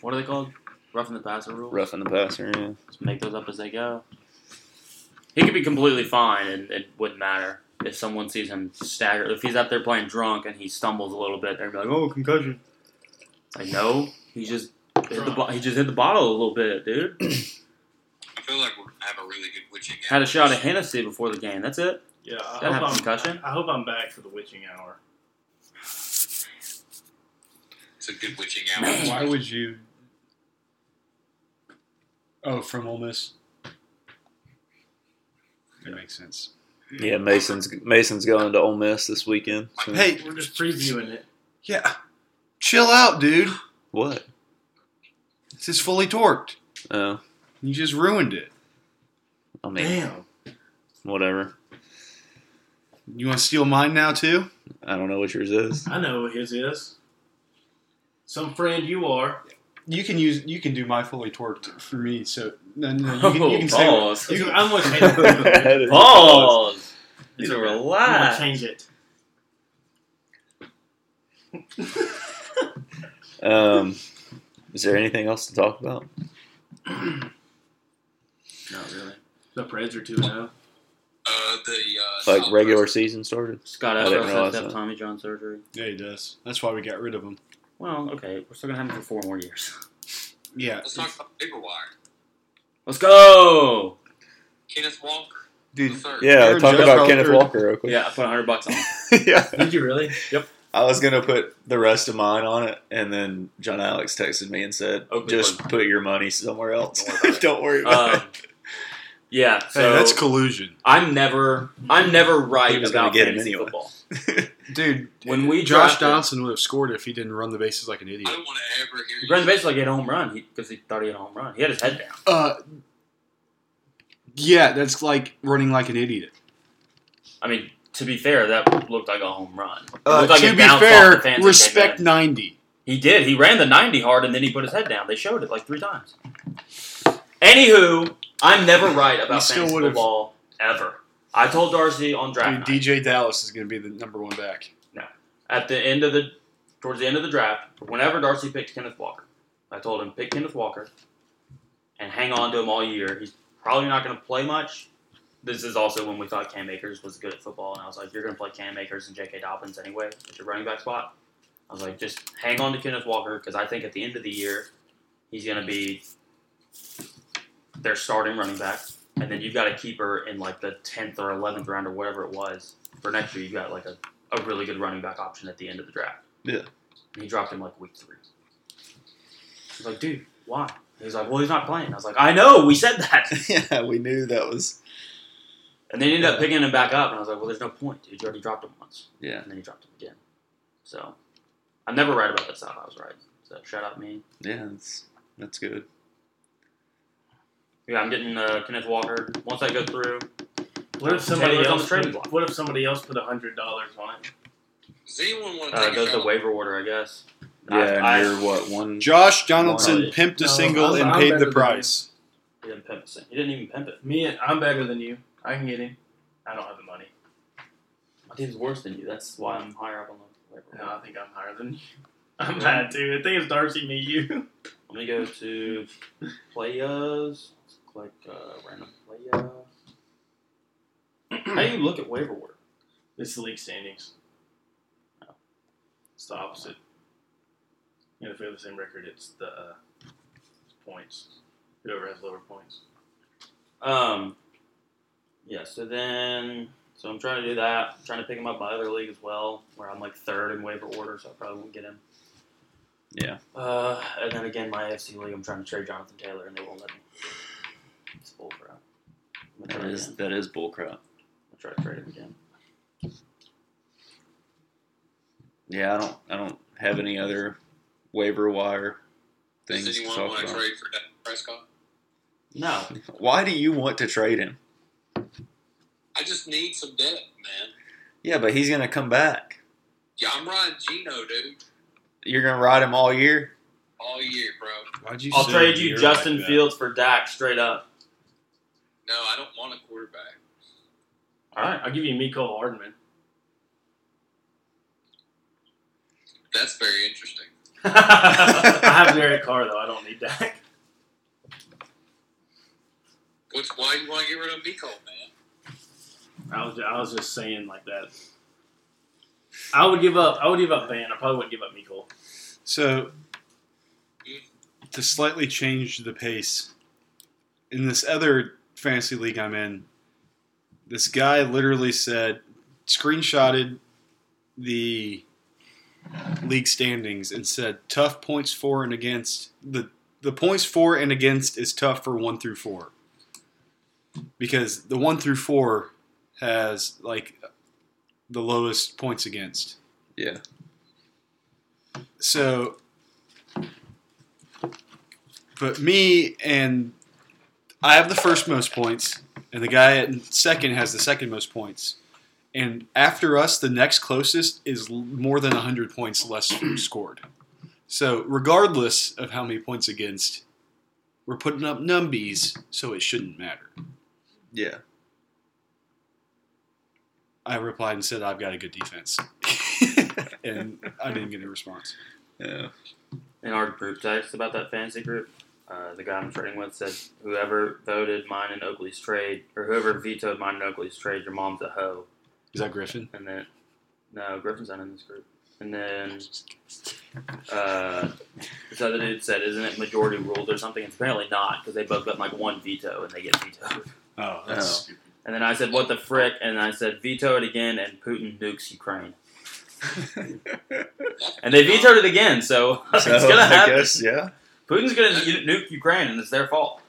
Speaker 1: What are they called? Roughing the passer rules.
Speaker 2: Roughing the passer. Yeah.
Speaker 1: Just make those up as they go. He could be completely fine, and it wouldn't matter. if someone sees him stagger, if he's out there playing drunk and he stumbles a little bit, they're gonna be like, "Oh, concussion." I know he just hit the bo- he just hit the bottle a little bit, dude.
Speaker 5: I feel like we're gonna have a really good witching hour.
Speaker 1: Had a shot of Hennessy before the game. That's it.
Speaker 10: Yeah, I
Speaker 1: That
Speaker 10: hope
Speaker 1: have
Speaker 10: I'm,
Speaker 1: concussion?
Speaker 10: I hope I'm back for the witching hour.
Speaker 5: It's a good witching
Speaker 4: Why
Speaker 5: hour.
Speaker 4: would you? Oh, from Ole Miss. That makes sense.
Speaker 2: Yeah, Mason's Mason's going to Ole Miss this weekend. so-
Speaker 4: Hey,
Speaker 10: We're just previewing it.
Speaker 4: yeah, chill out, dude.
Speaker 2: what?
Speaker 4: This is fully torqued.
Speaker 2: Oh,
Speaker 4: You just ruined it.
Speaker 2: I mean,
Speaker 10: Damn.
Speaker 2: whatever.
Speaker 4: You want to steal mine now too?
Speaker 2: I don't know what yours is.
Speaker 10: I know what his is. Some friend you are.
Speaker 4: You can use. You can do my fully torqued for me. So no, no, you can, you can say.
Speaker 1: pause.
Speaker 4: You can-
Speaker 10: I'm going to change it.
Speaker 1: Pause.
Speaker 10: It's
Speaker 1: It's a
Speaker 10: okay. I'm going to
Speaker 1: relax.
Speaker 10: change it.
Speaker 2: Um, is there anything else to talk about?
Speaker 10: Not really. The Preds are oh. 2 0.
Speaker 5: Uh, the uh,
Speaker 2: Like
Speaker 5: South
Speaker 2: regular season started?
Speaker 1: Scott
Speaker 2: I didn't
Speaker 1: Efros has
Speaker 2: realize
Speaker 1: to have
Speaker 2: that.
Speaker 1: Tommy John surgery.
Speaker 4: Yeah, he does. That's why we got rid of him.
Speaker 1: Well, okay, we're still gonna have him for four more years.
Speaker 4: Yeah,
Speaker 5: Let's talk about Paper Wire.
Speaker 1: Let's go.
Speaker 5: Kenneth Walker. The
Speaker 4: dude.
Speaker 5: third.
Speaker 2: Yeah,
Speaker 4: Aaron
Speaker 2: talk
Speaker 4: Judge
Speaker 2: about
Speaker 4: Walker.
Speaker 2: Kenneth Walker real quick.
Speaker 1: Yeah, I put hundred bucks on. him.
Speaker 2: yeah.
Speaker 10: Did you really?
Speaker 2: I was gonna put the rest of mine on it, and then John Alex texted me and said,
Speaker 1: Oakley
Speaker 2: "Just
Speaker 1: won.
Speaker 2: put your money somewhere else.
Speaker 1: Oh, Don't worry about it.
Speaker 2: Don't worry about it."
Speaker 1: Um, yeah, so
Speaker 4: Hey, that's collusion,
Speaker 1: I'm never, I'm never
Speaker 2: He
Speaker 1: right
Speaker 2: was gonna
Speaker 1: about
Speaker 2: get him
Speaker 1: fantasy
Speaker 2: anyway.
Speaker 1: football.
Speaker 4: dude.
Speaker 1: When we
Speaker 4: Josh
Speaker 1: drafted-
Speaker 4: Donaldson would have scored if he didn't run the bases like an idiot.
Speaker 5: I don't want to ever hear you.
Speaker 1: Brandon Bates like hit a home run because he, thought he had a home run. He had his head down.
Speaker 4: Uh, yeah, that's like running like an idiot.
Speaker 1: I mean, to be fair, that looked like a home run. It
Speaker 4: Uh,
Speaker 1: looked like
Speaker 4: to
Speaker 1: it
Speaker 4: be
Speaker 1: bounced off the
Speaker 4: fair,
Speaker 1: fans and came
Speaker 4: respect
Speaker 1: in.
Speaker 4: ninety.
Speaker 1: He did. He ran the 90 hard and then he put his head down. They showed it like three times. Anywho, I'm never right
Speaker 4: You
Speaker 1: about
Speaker 4: still
Speaker 1: fantasy
Speaker 4: would've-
Speaker 1: football ever. I told Darcy on draft night.
Speaker 4: Dude, DJ Dallas is going to be the number one back.
Speaker 1: at the end of the towards the end of the draft, whenever Darcy picked Kenneth Walker, I told him pick Kenneth Walker and hang on to him all year. He's probably not going to play much. This is also when we thought Cam Akers was good at football, and I was like, you're going to play Cam Akers and J.K. Dobbins anyway at your running back spot. I was like, just hang on to Kenneth Walker because I think at the end of the year he's going to be their starting running back, and then you've got a keeper in like the tenth or eleventh round or whatever it was for next year. You've got like a a really good running back option at the end of the draft.
Speaker 2: Yeah.
Speaker 1: And he dropped him like week three. I was like, dude, why? He's like, well, he's not playing. I was like, I know, we said that.
Speaker 2: yeah, we knew that was.
Speaker 1: And they ended up picking him back up, and I was like, well, there's no point, dude. You already dropped him once.
Speaker 2: Yeah,
Speaker 1: And then he dropped him again. So I'm never right about that stuff. I was right. So shout out me.
Speaker 2: yeah, that's that's good.
Speaker 1: Yeah, I'm getting uh, Kenneth Walker. Once I go through,
Speaker 10: What if somebody
Speaker 1: Taylor's on
Speaker 10: else
Speaker 1: the trading
Speaker 10: put,
Speaker 1: block.
Speaker 10: What if somebody else put hundred dollars on it?
Speaker 5: Does anyone want to
Speaker 1: uh,
Speaker 5: take a
Speaker 1: goes to
Speaker 5: shot?
Speaker 1: waiver order, I guess.
Speaker 2: Yeah,
Speaker 1: I-
Speaker 2: and
Speaker 1: I,
Speaker 2: you're what one?
Speaker 4: Josh Donaldson
Speaker 2: Wow.
Speaker 4: pimped a
Speaker 10: No,
Speaker 4: single
Speaker 10: I'm-
Speaker 4: and
Speaker 10: I'm
Speaker 4: paid
Speaker 10: better
Speaker 4: the
Speaker 10: than
Speaker 4: price.
Speaker 1: He didn't pimp it. He didn't even pimp it.
Speaker 10: Me, and I'm better than you. I can get him. I don't have the money.
Speaker 1: My team's worse than you. That's why I'm higher up on the waiver.
Speaker 10: No,
Speaker 1: order.
Speaker 10: I think I'm higher than you. I'm bad too. I think it's Darcy, me, you.
Speaker 1: Let me go to players. Click uh, random player. How do you look at waiver wire?
Speaker 10: It's the league standings. It's the opposite. You know, if we have the same record, it's the uh, points. Whoever has lower points.
Speaker 1: Um, yeah. So then, so I'm trying to do that. I'm trying to pick him up by other league as well, where I'm like third in waiver order, so I probably won't get him.
Speaker 2: Yeah.
Speaker 1: Uh, and then again, my AFC league, I'm trying to trade Jonathan Taylor, and they won't let me. It's bull crap. I'm gonna
Speaker 2: That
Speaker 1: try it
Speaker 2: is
Speaker 1: again.
Speaker 2: that is bullcrap.
Speaker 1: I'm gonna try to trade him again.
Speaker 2: Yeah, I don't I don't have any other waiver wire things
Speaker 5: Does
Speaker 2: to
Speaker 5: anyone
Speaker 2: talk
Speaker 5: want to
Speaker 2: about.
Speaker 5: trade for Dak Prescott?
Speaker 1: No,
Speaker 2: Why do you want to trade him?
Speaker 5: I just need some depth, man.
Speaker 2: Yeah, but he's gonna come back.
Speaker 5: Yeah, I'm riding Gino, dude,
Speaker 2: You're gonna ride him all year.
Speaker 5: all year, bro.
Speaker 4: Why'd you
Speaker 1: I'll
Speaker 4: say
Speaker 1: trade you
Speaker 4: you're
Speaker 1: Justin
Speaker 4: like that?
Speaker 1: Fields for Dak straight up.
Speaker 5: No, I don't want a quarterback.
Speaker 10: All right, I'll give you Miko Hardman.
Speaker 5: That's very interesting.
Speaker 10: I have Derek Carr though. I don't need Dak.
Speaker 5: What's why you want to get rid of Miko, man?
Speaker 3: I was I was just saying like that. I would give up. I would give up Van. I probably wouldn't give up Mikkel.
Speaker 4: So, to slightly change the pace, in this other fantasy league I'm in, this guy literally said, screenshotted the league standings and said, tough points for and against. The, the points for and against is tough for one through four. Because the one through four has, like, the lowest points against.
Speaker 2: Yeah.
Speaker 4: So, but me and I have the first most points, and the guy at second has the second most points. And after us, the next closest is l- more than 100 points less scored. So, regardless of how many points against, we're putting up numbies, so it shouldn't matter.
Speaker 2: Yeah.
Speaker 4: I replied and said, I've got a good defense. and I didn't get a response.
Speaker 2: Yeah.
Speaker 1: in our group text about that fantasy group, uh, the guy I'm trading with said, "Whoever voted mine in Oakley's trade, or whoever vetoed mine in Oakley's trade, your mom's a hoe."
Speaker 4: Is that Griffin?
Speaker 1: And then, no, Griffin's not in this group. And then, uh, this other dude said, "Isn't it majority ruled or something?" It's apparently not because they both got like one veto and they get vetoed.
Speaker 4: Oh, that's
Speaker 2: Oh.
Speaker 4: stupid.
Speaker 1: And then I said, "What the frick?" And I said, "Veto it again, and Putin nukes Ukraine." And they vetoed it again, so it's
Speaker 2: So,
Speaker 1: gonna
Speaker 2: I
Speaker 1: happen.
Speaker 2: guess, yeah.
Speaker 1: Putin's gonna nu- nuke Ukraine, and it's their fault.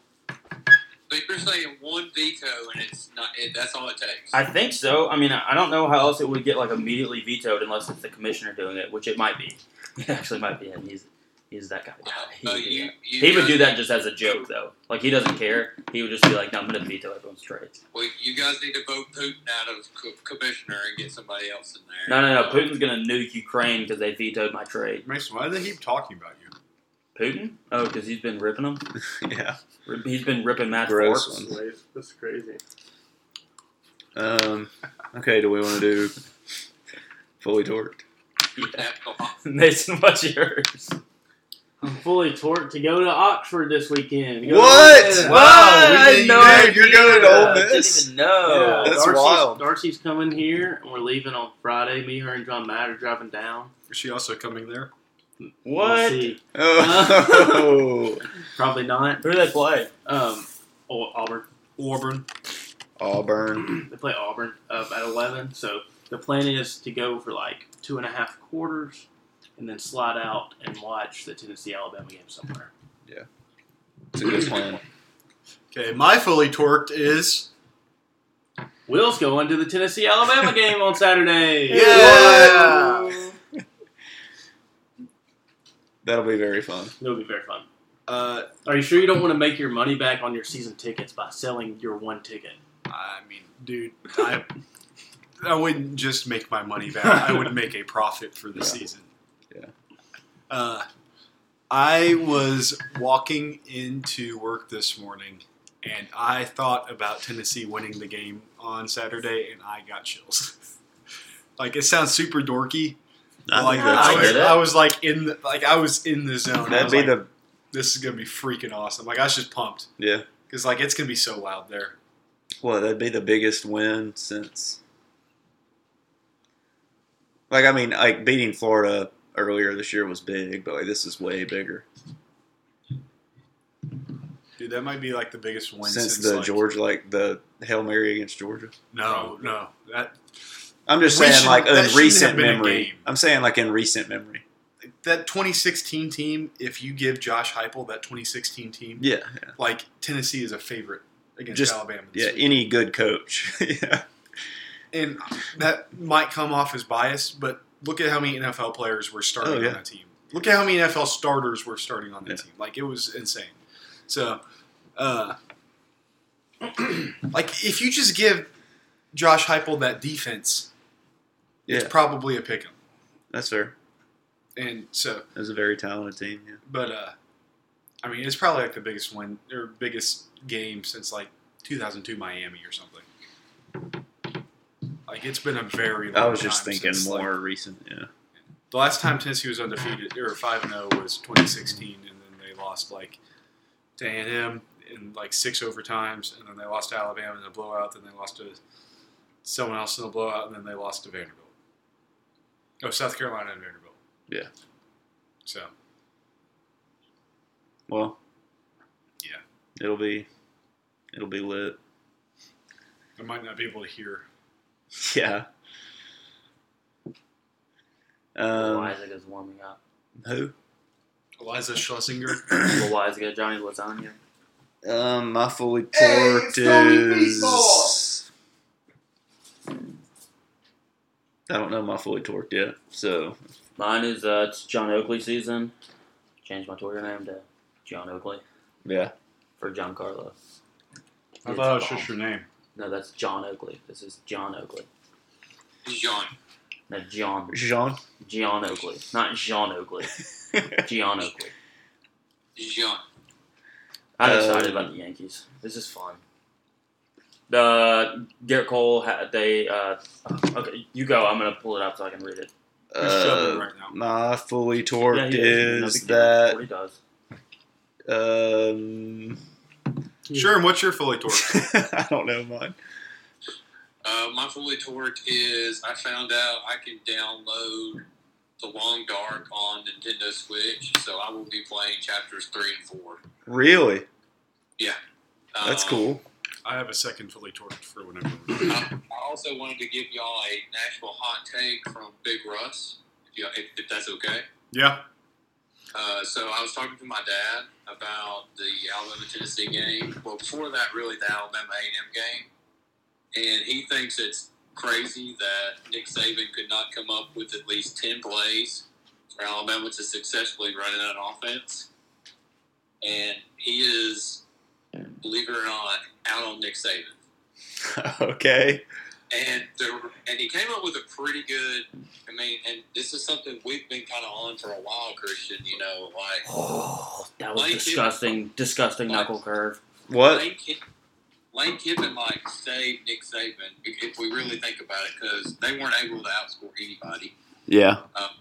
Speaker 5: So you're saying one veto and it's not. It, that's all it takes.
Speaker 1: I think so. I mean, I I don't know how else it would get like immediately vetoed unless it's the commissioner doing it, which it might be. It actually might be him. He's he's that guy.
Speaker 5: Uh,
Speaker 1: He,
Speaker 5: no,
Speaker 1: would do
Speaker 5: you,
Speaker 1: that.
Speaker 5: you
Speaker 1: He would
Speaker 5: guys-
Speaker 1: do that just as a joke, though. Like he doesn't care. He would just be like, "No, I'm going to veto everyone's trades."
Speaker 5: Well, you guys need to vote Putin out of co- commissioner and get somebody else in there.
Speaker 1: No, no, no. Putin's going to nuke Ukraine because they vetoed my trade.
Speaker 11: Mason, why do they keep talking about you?
Speaker 1: Putin? Oh, because he's been ripping them.
Speaker 2: Yeah.
Speaker 1: Rip- He's been ripping
Speaker 2: Gross
Speaker 1: matchforks.
Speaker 2: ones.
Speaker 10: That's crazy.
Speaker 2: Um, okay, do we want to do fully torqued?
Speaker 1: Mason, what's yours?
Speaker 3: I'm fully torqued to go to Oxford this weekend. Go to Ole Miss.
Speaker 2: What?
Speaker 1: Wow, we
Speaker 2: I
Speaker 1: didn't
Speaker 2: didn't know
Speaker 1: even-
Speaker 2: you're going to Ole
Speaker 1: Didn't
Speaker 2: Miss.
Speaker 1: even know.
Speaker 3: Yeah,
Speaker 2: That's
Speaker 3: Darcy's,
Speaker 2: wild.
Speaker 3: Darcy's coming here, and we're leaving on Friday. Me, her, and John Matt are driving down.
Speaker 4: Is she also coming there?
Speaker 3: We'll
Speaker 1: What?
Speaker 3: see.
Speaker 2: Oh,
Speaker 3: Probably not.
Speaker 1: Who do they play?
Speaker 3: Um, Au- Auburn.
Speaker 4: Auburn.
Speaker 2: Auburn.
Speaker 3: They play Auburn uh, at 11. So the plan is to go for like two and a half quarters and then slide out and watch the Tennessee Alabama game somewhere.
Speaker 2: It's a good plan.
Speaker 4: Okay, my fully torqued is.
Speaker 3: Will's going to the Tennessee Alabama game on Saturday.
Speaker 4: Yeah!
Speaker 2: That'll be very fun.
Speaker 3: It'll be very fun.
Speaker 4: Uh,
Speaker 3: Are you sure you don't want to make your money back on your season tickets by selling your one ticket?
Speaker 4: I mean, dude, I, I wouldn't just make my money back. I would make a profit for the
Speaker 2: Yeah.
Speaker 4: season.
Speaker 2: Yeah.
Speaker 4: Uh, I was walking into work this morning, and I thought about Tennessee winning the game on Saturday, and I got chills. like it sounds super dorky. but, like
Speaker 2: think
Speaker 6: that's
Speaker 4: I, was,
Speaker 2: fair.
Speaker 4: I was like in the like I was in the zone. I
Speaker 2: That'd
Speaker 4: was
Speaker 2: be
Speaker 4: like,
Speaker 2: the
Speaker 4: this is gonna be freaking awesome. Like I was just pumped
Speaker 2: yeah.
Speaker 4: because like it's gonna be so loud there.
Speaker 2: Well, that'd be the biggest win since. Like I mean, like beating Florida earlier this year was big, but like this is way bigger
Speaker 4: Dude, that might be like the biggest win
Speaker 2: since, the
Speaker 4: like,
Speaker 2: Georgia, like the hail mary against Georgia.
Speaker 4: No, no. That
Speaker 2: I'm just
Speaker 4: We
Speaker 2: saying,
Speaker 4: should-
Speaker 2: like
Speaker 4: that
Speaker 2: in
Speaker 4: shouldn't have
Speaker 2: recent
Speaker 4: been a
Speaker 2: memory.
Speaker 4: game.
Speaker 2: I'm saying, like in recent memory.
Speaker 4: that 2016 team, if you give Josh Heupel that 2016 team,
Speaker 2: Yeah,
Speaker 4: like Tennessee is a favorite against
Speaker 2: Just-
Speaker 4: Alabama. this
Speaker 2: yeah.
Speaker 4: week.
Speaker 2: Any good coach. yeah,
Speaker 4: and that might come off as biased, but look at how many NFL players were starting
Speaker 2: Oh, yeah.
Speaker 4: on that team. Look at how many NFL starters were starting on that
Speaker 2: Yeah.
Speaker 4: team. Like it was insane. So, uh, like if you just give Josh Heupel that defense,
Speaker 2: Yeah.
Speaker 4: it's probably a pick 'em.
Speaker 2: that's fair.
Speaker 4: And so
Speaker 2: That was a very talented team. Yeah.
Speaker 4: But uh, I mean, it's probably like the biggest win or biggest game since like 2002 Miami or something. Like it's been a very. Long
Speaker 2: I was just
Speaker 4: time
Speaker 2: thinking
Speaker 4: since, like,
Speaker 2: more recent. Yeah.
Speaker 4: the last time Tennessee was undefeated or five and zero was 2016, and then they lost like to A&M in like six overtimes, and then they lost to Alabama in a blowout, then they lost to someone else in a blowout, and then they lost to Vanderbilt. Oh, South Carolina and Vanderbilt.
Speaker 2: Yeah.
Speaker 4: So
Speaker 2: Well,
Speaker 4: Yeah.
Speaker 2: it'll be it'll be lit.
Speaker 4: I might not be able to hear.
Speaker 2: Yeah.
Speaker 1: Lil
Speaker 2: Um,
Speaker 1: Isaac is warming up.
Speaker 2: who?
Speaker 4: Eliza Schlesinger.
Speaker 1: Lil Isaac, Johnny Lasagna.
Speaker 2: Um, my fully
Speaker 10: Hey,
Speaker 2: torqued
Speaker 10: it's Tony
Speaker 2: is. I don't know my fully torqued yet, so
Speaker 1: Mine is uh, it's John Oakley season. Changed my Twitter name to John Oakley
Speaker 2: yeah.
Speaker 1: for John Carlo.
Speaker 4: I thought it was just your name.
Speaker 1: No, that's John Oakley. This is John Oakley.
Speaker 5: John.
Speaker 1: No, John.
Speaker 2: Jean,
Speaker 1: John Oakley. Not John Oakley. John Oakley.
Speaker 5: John.
Speaker 1: I'm
Speaker 2: Um,
Speaker 1: excited about the Yankees. This is fun. The Garrett Cole had they uh, okay. You go. I'm gonna pull it up so I can read it.
Speaker 2: uh,
Speaker 4: right now.
Speaker 2: my fully torqued
Speaker 1: he No
Speaker 2: is
Speaker 1: big deal.
Speaker 2: that
Speaker 1: what he does?
Speaker 2: um,
Speaker 11: Sherm, what's your fully torqued?
Speaker 2: I don't know mine.
Speaker 5: Uh, my fully torqued is I found out I can download The Long Dark on Nintendo Switch, so I will be playing chapters three and four.
Speaker 2: Really,
Speaker 5: Um,
Speaker 2: that's cool.
Speaker 4: I have a second fully torqued for whenever.
Speaker 5: I, I also wanted to give y'all a Nashville hot take from Big Russ, if, you, if, if that's okay.
Speaker 4: yeah.
Speaker 5: Uh, so I was talking to my dad about the Alabama Tennessee game. Well, before that, really the Alabama A&M game, and he thinks it's crazy that Nick Saban could not come up with at least ten plays for Alabama to successfully run an offense. And he is, believe it or not, out on Nick Saban.
Speaker 2: okay.
Speaker 5: And there, and he came up with a pretty good. I mean, and this is something we've been kind of on for a while, Christian. You know, like
Speaker 1: Oh, that was
Speaker 5: Like it.
Speaker 1: disgusting. Disgusting knuckle curve.
Speaker 2: What?
Speaker 5: Lane, Kiff- Lane Kiffin like saved Nick Saban if if we really think about it because they weren't able to outscore anybody
Speaker 2: Yeah.
Speaker 5: um,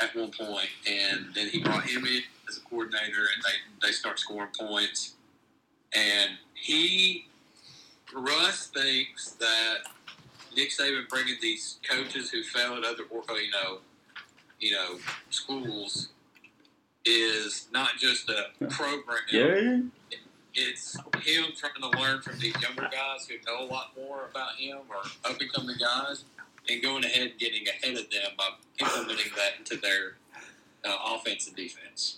Speaker 5: at one point, and then he brought him in as a coordinator, and they they start scoring points, and he Russ thinks that Nick Saban bringing these coaches who fail at other or you know you know schools is not just a program
Speaker 1: Yeah.
Speaker 5: it's him trying to learn from these younger guys who know a lot more about him or up and coming guys and going ahead and getting ahead of them by implementing that into their uh, offense and defense.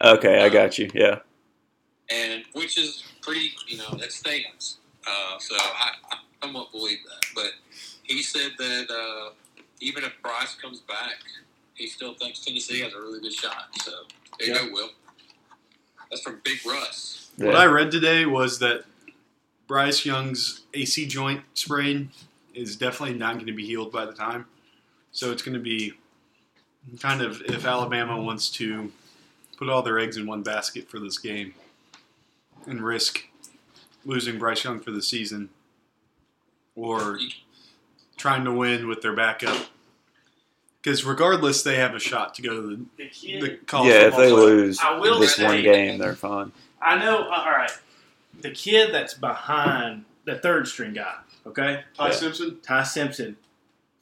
Speaker 2: Okay, I got you. Yeah.
Speaker 5: And which is pretty, you know, that stands. Uh, so I, I somewhat believe that. But he said that uh, even if Bryce comes back, he still thinks Tennessee has a really good shot. So there you go, Will. That's from Big Russ.
Speaker 4: What
Speaker 2: Yeah.
Speaker 4: I read today was that Bryce Young's AC joint sprain is definitely not going to be healed by the time. So it's going to be kind of if Alabama wants to put all their eggs in one basket for this game and risk losing Bryce Young for the season or trying to win with their backup. Because regardless, they have a shot to go to
Speaker 3: The
Speaker 4: the,
Speaker 3: kid,
Speaker 4: the college
Speaker 2: yeah, if
Speaker 4: football
Speaker 2: they
Speaker 4: playoff.
Speaker 2: lose
Speaker 3: I will
Speaker 2: this
Speaker 3: say-
Speaker 2: one game, they're fine.
Speaker 3: I know. uh, All right, the kid that's behind the third string guy. Okay,
Speaker 4: Ty
Speaker 2: Yeah.
Speaker 4: Simpson?
Speaker 3: Ty Simpson.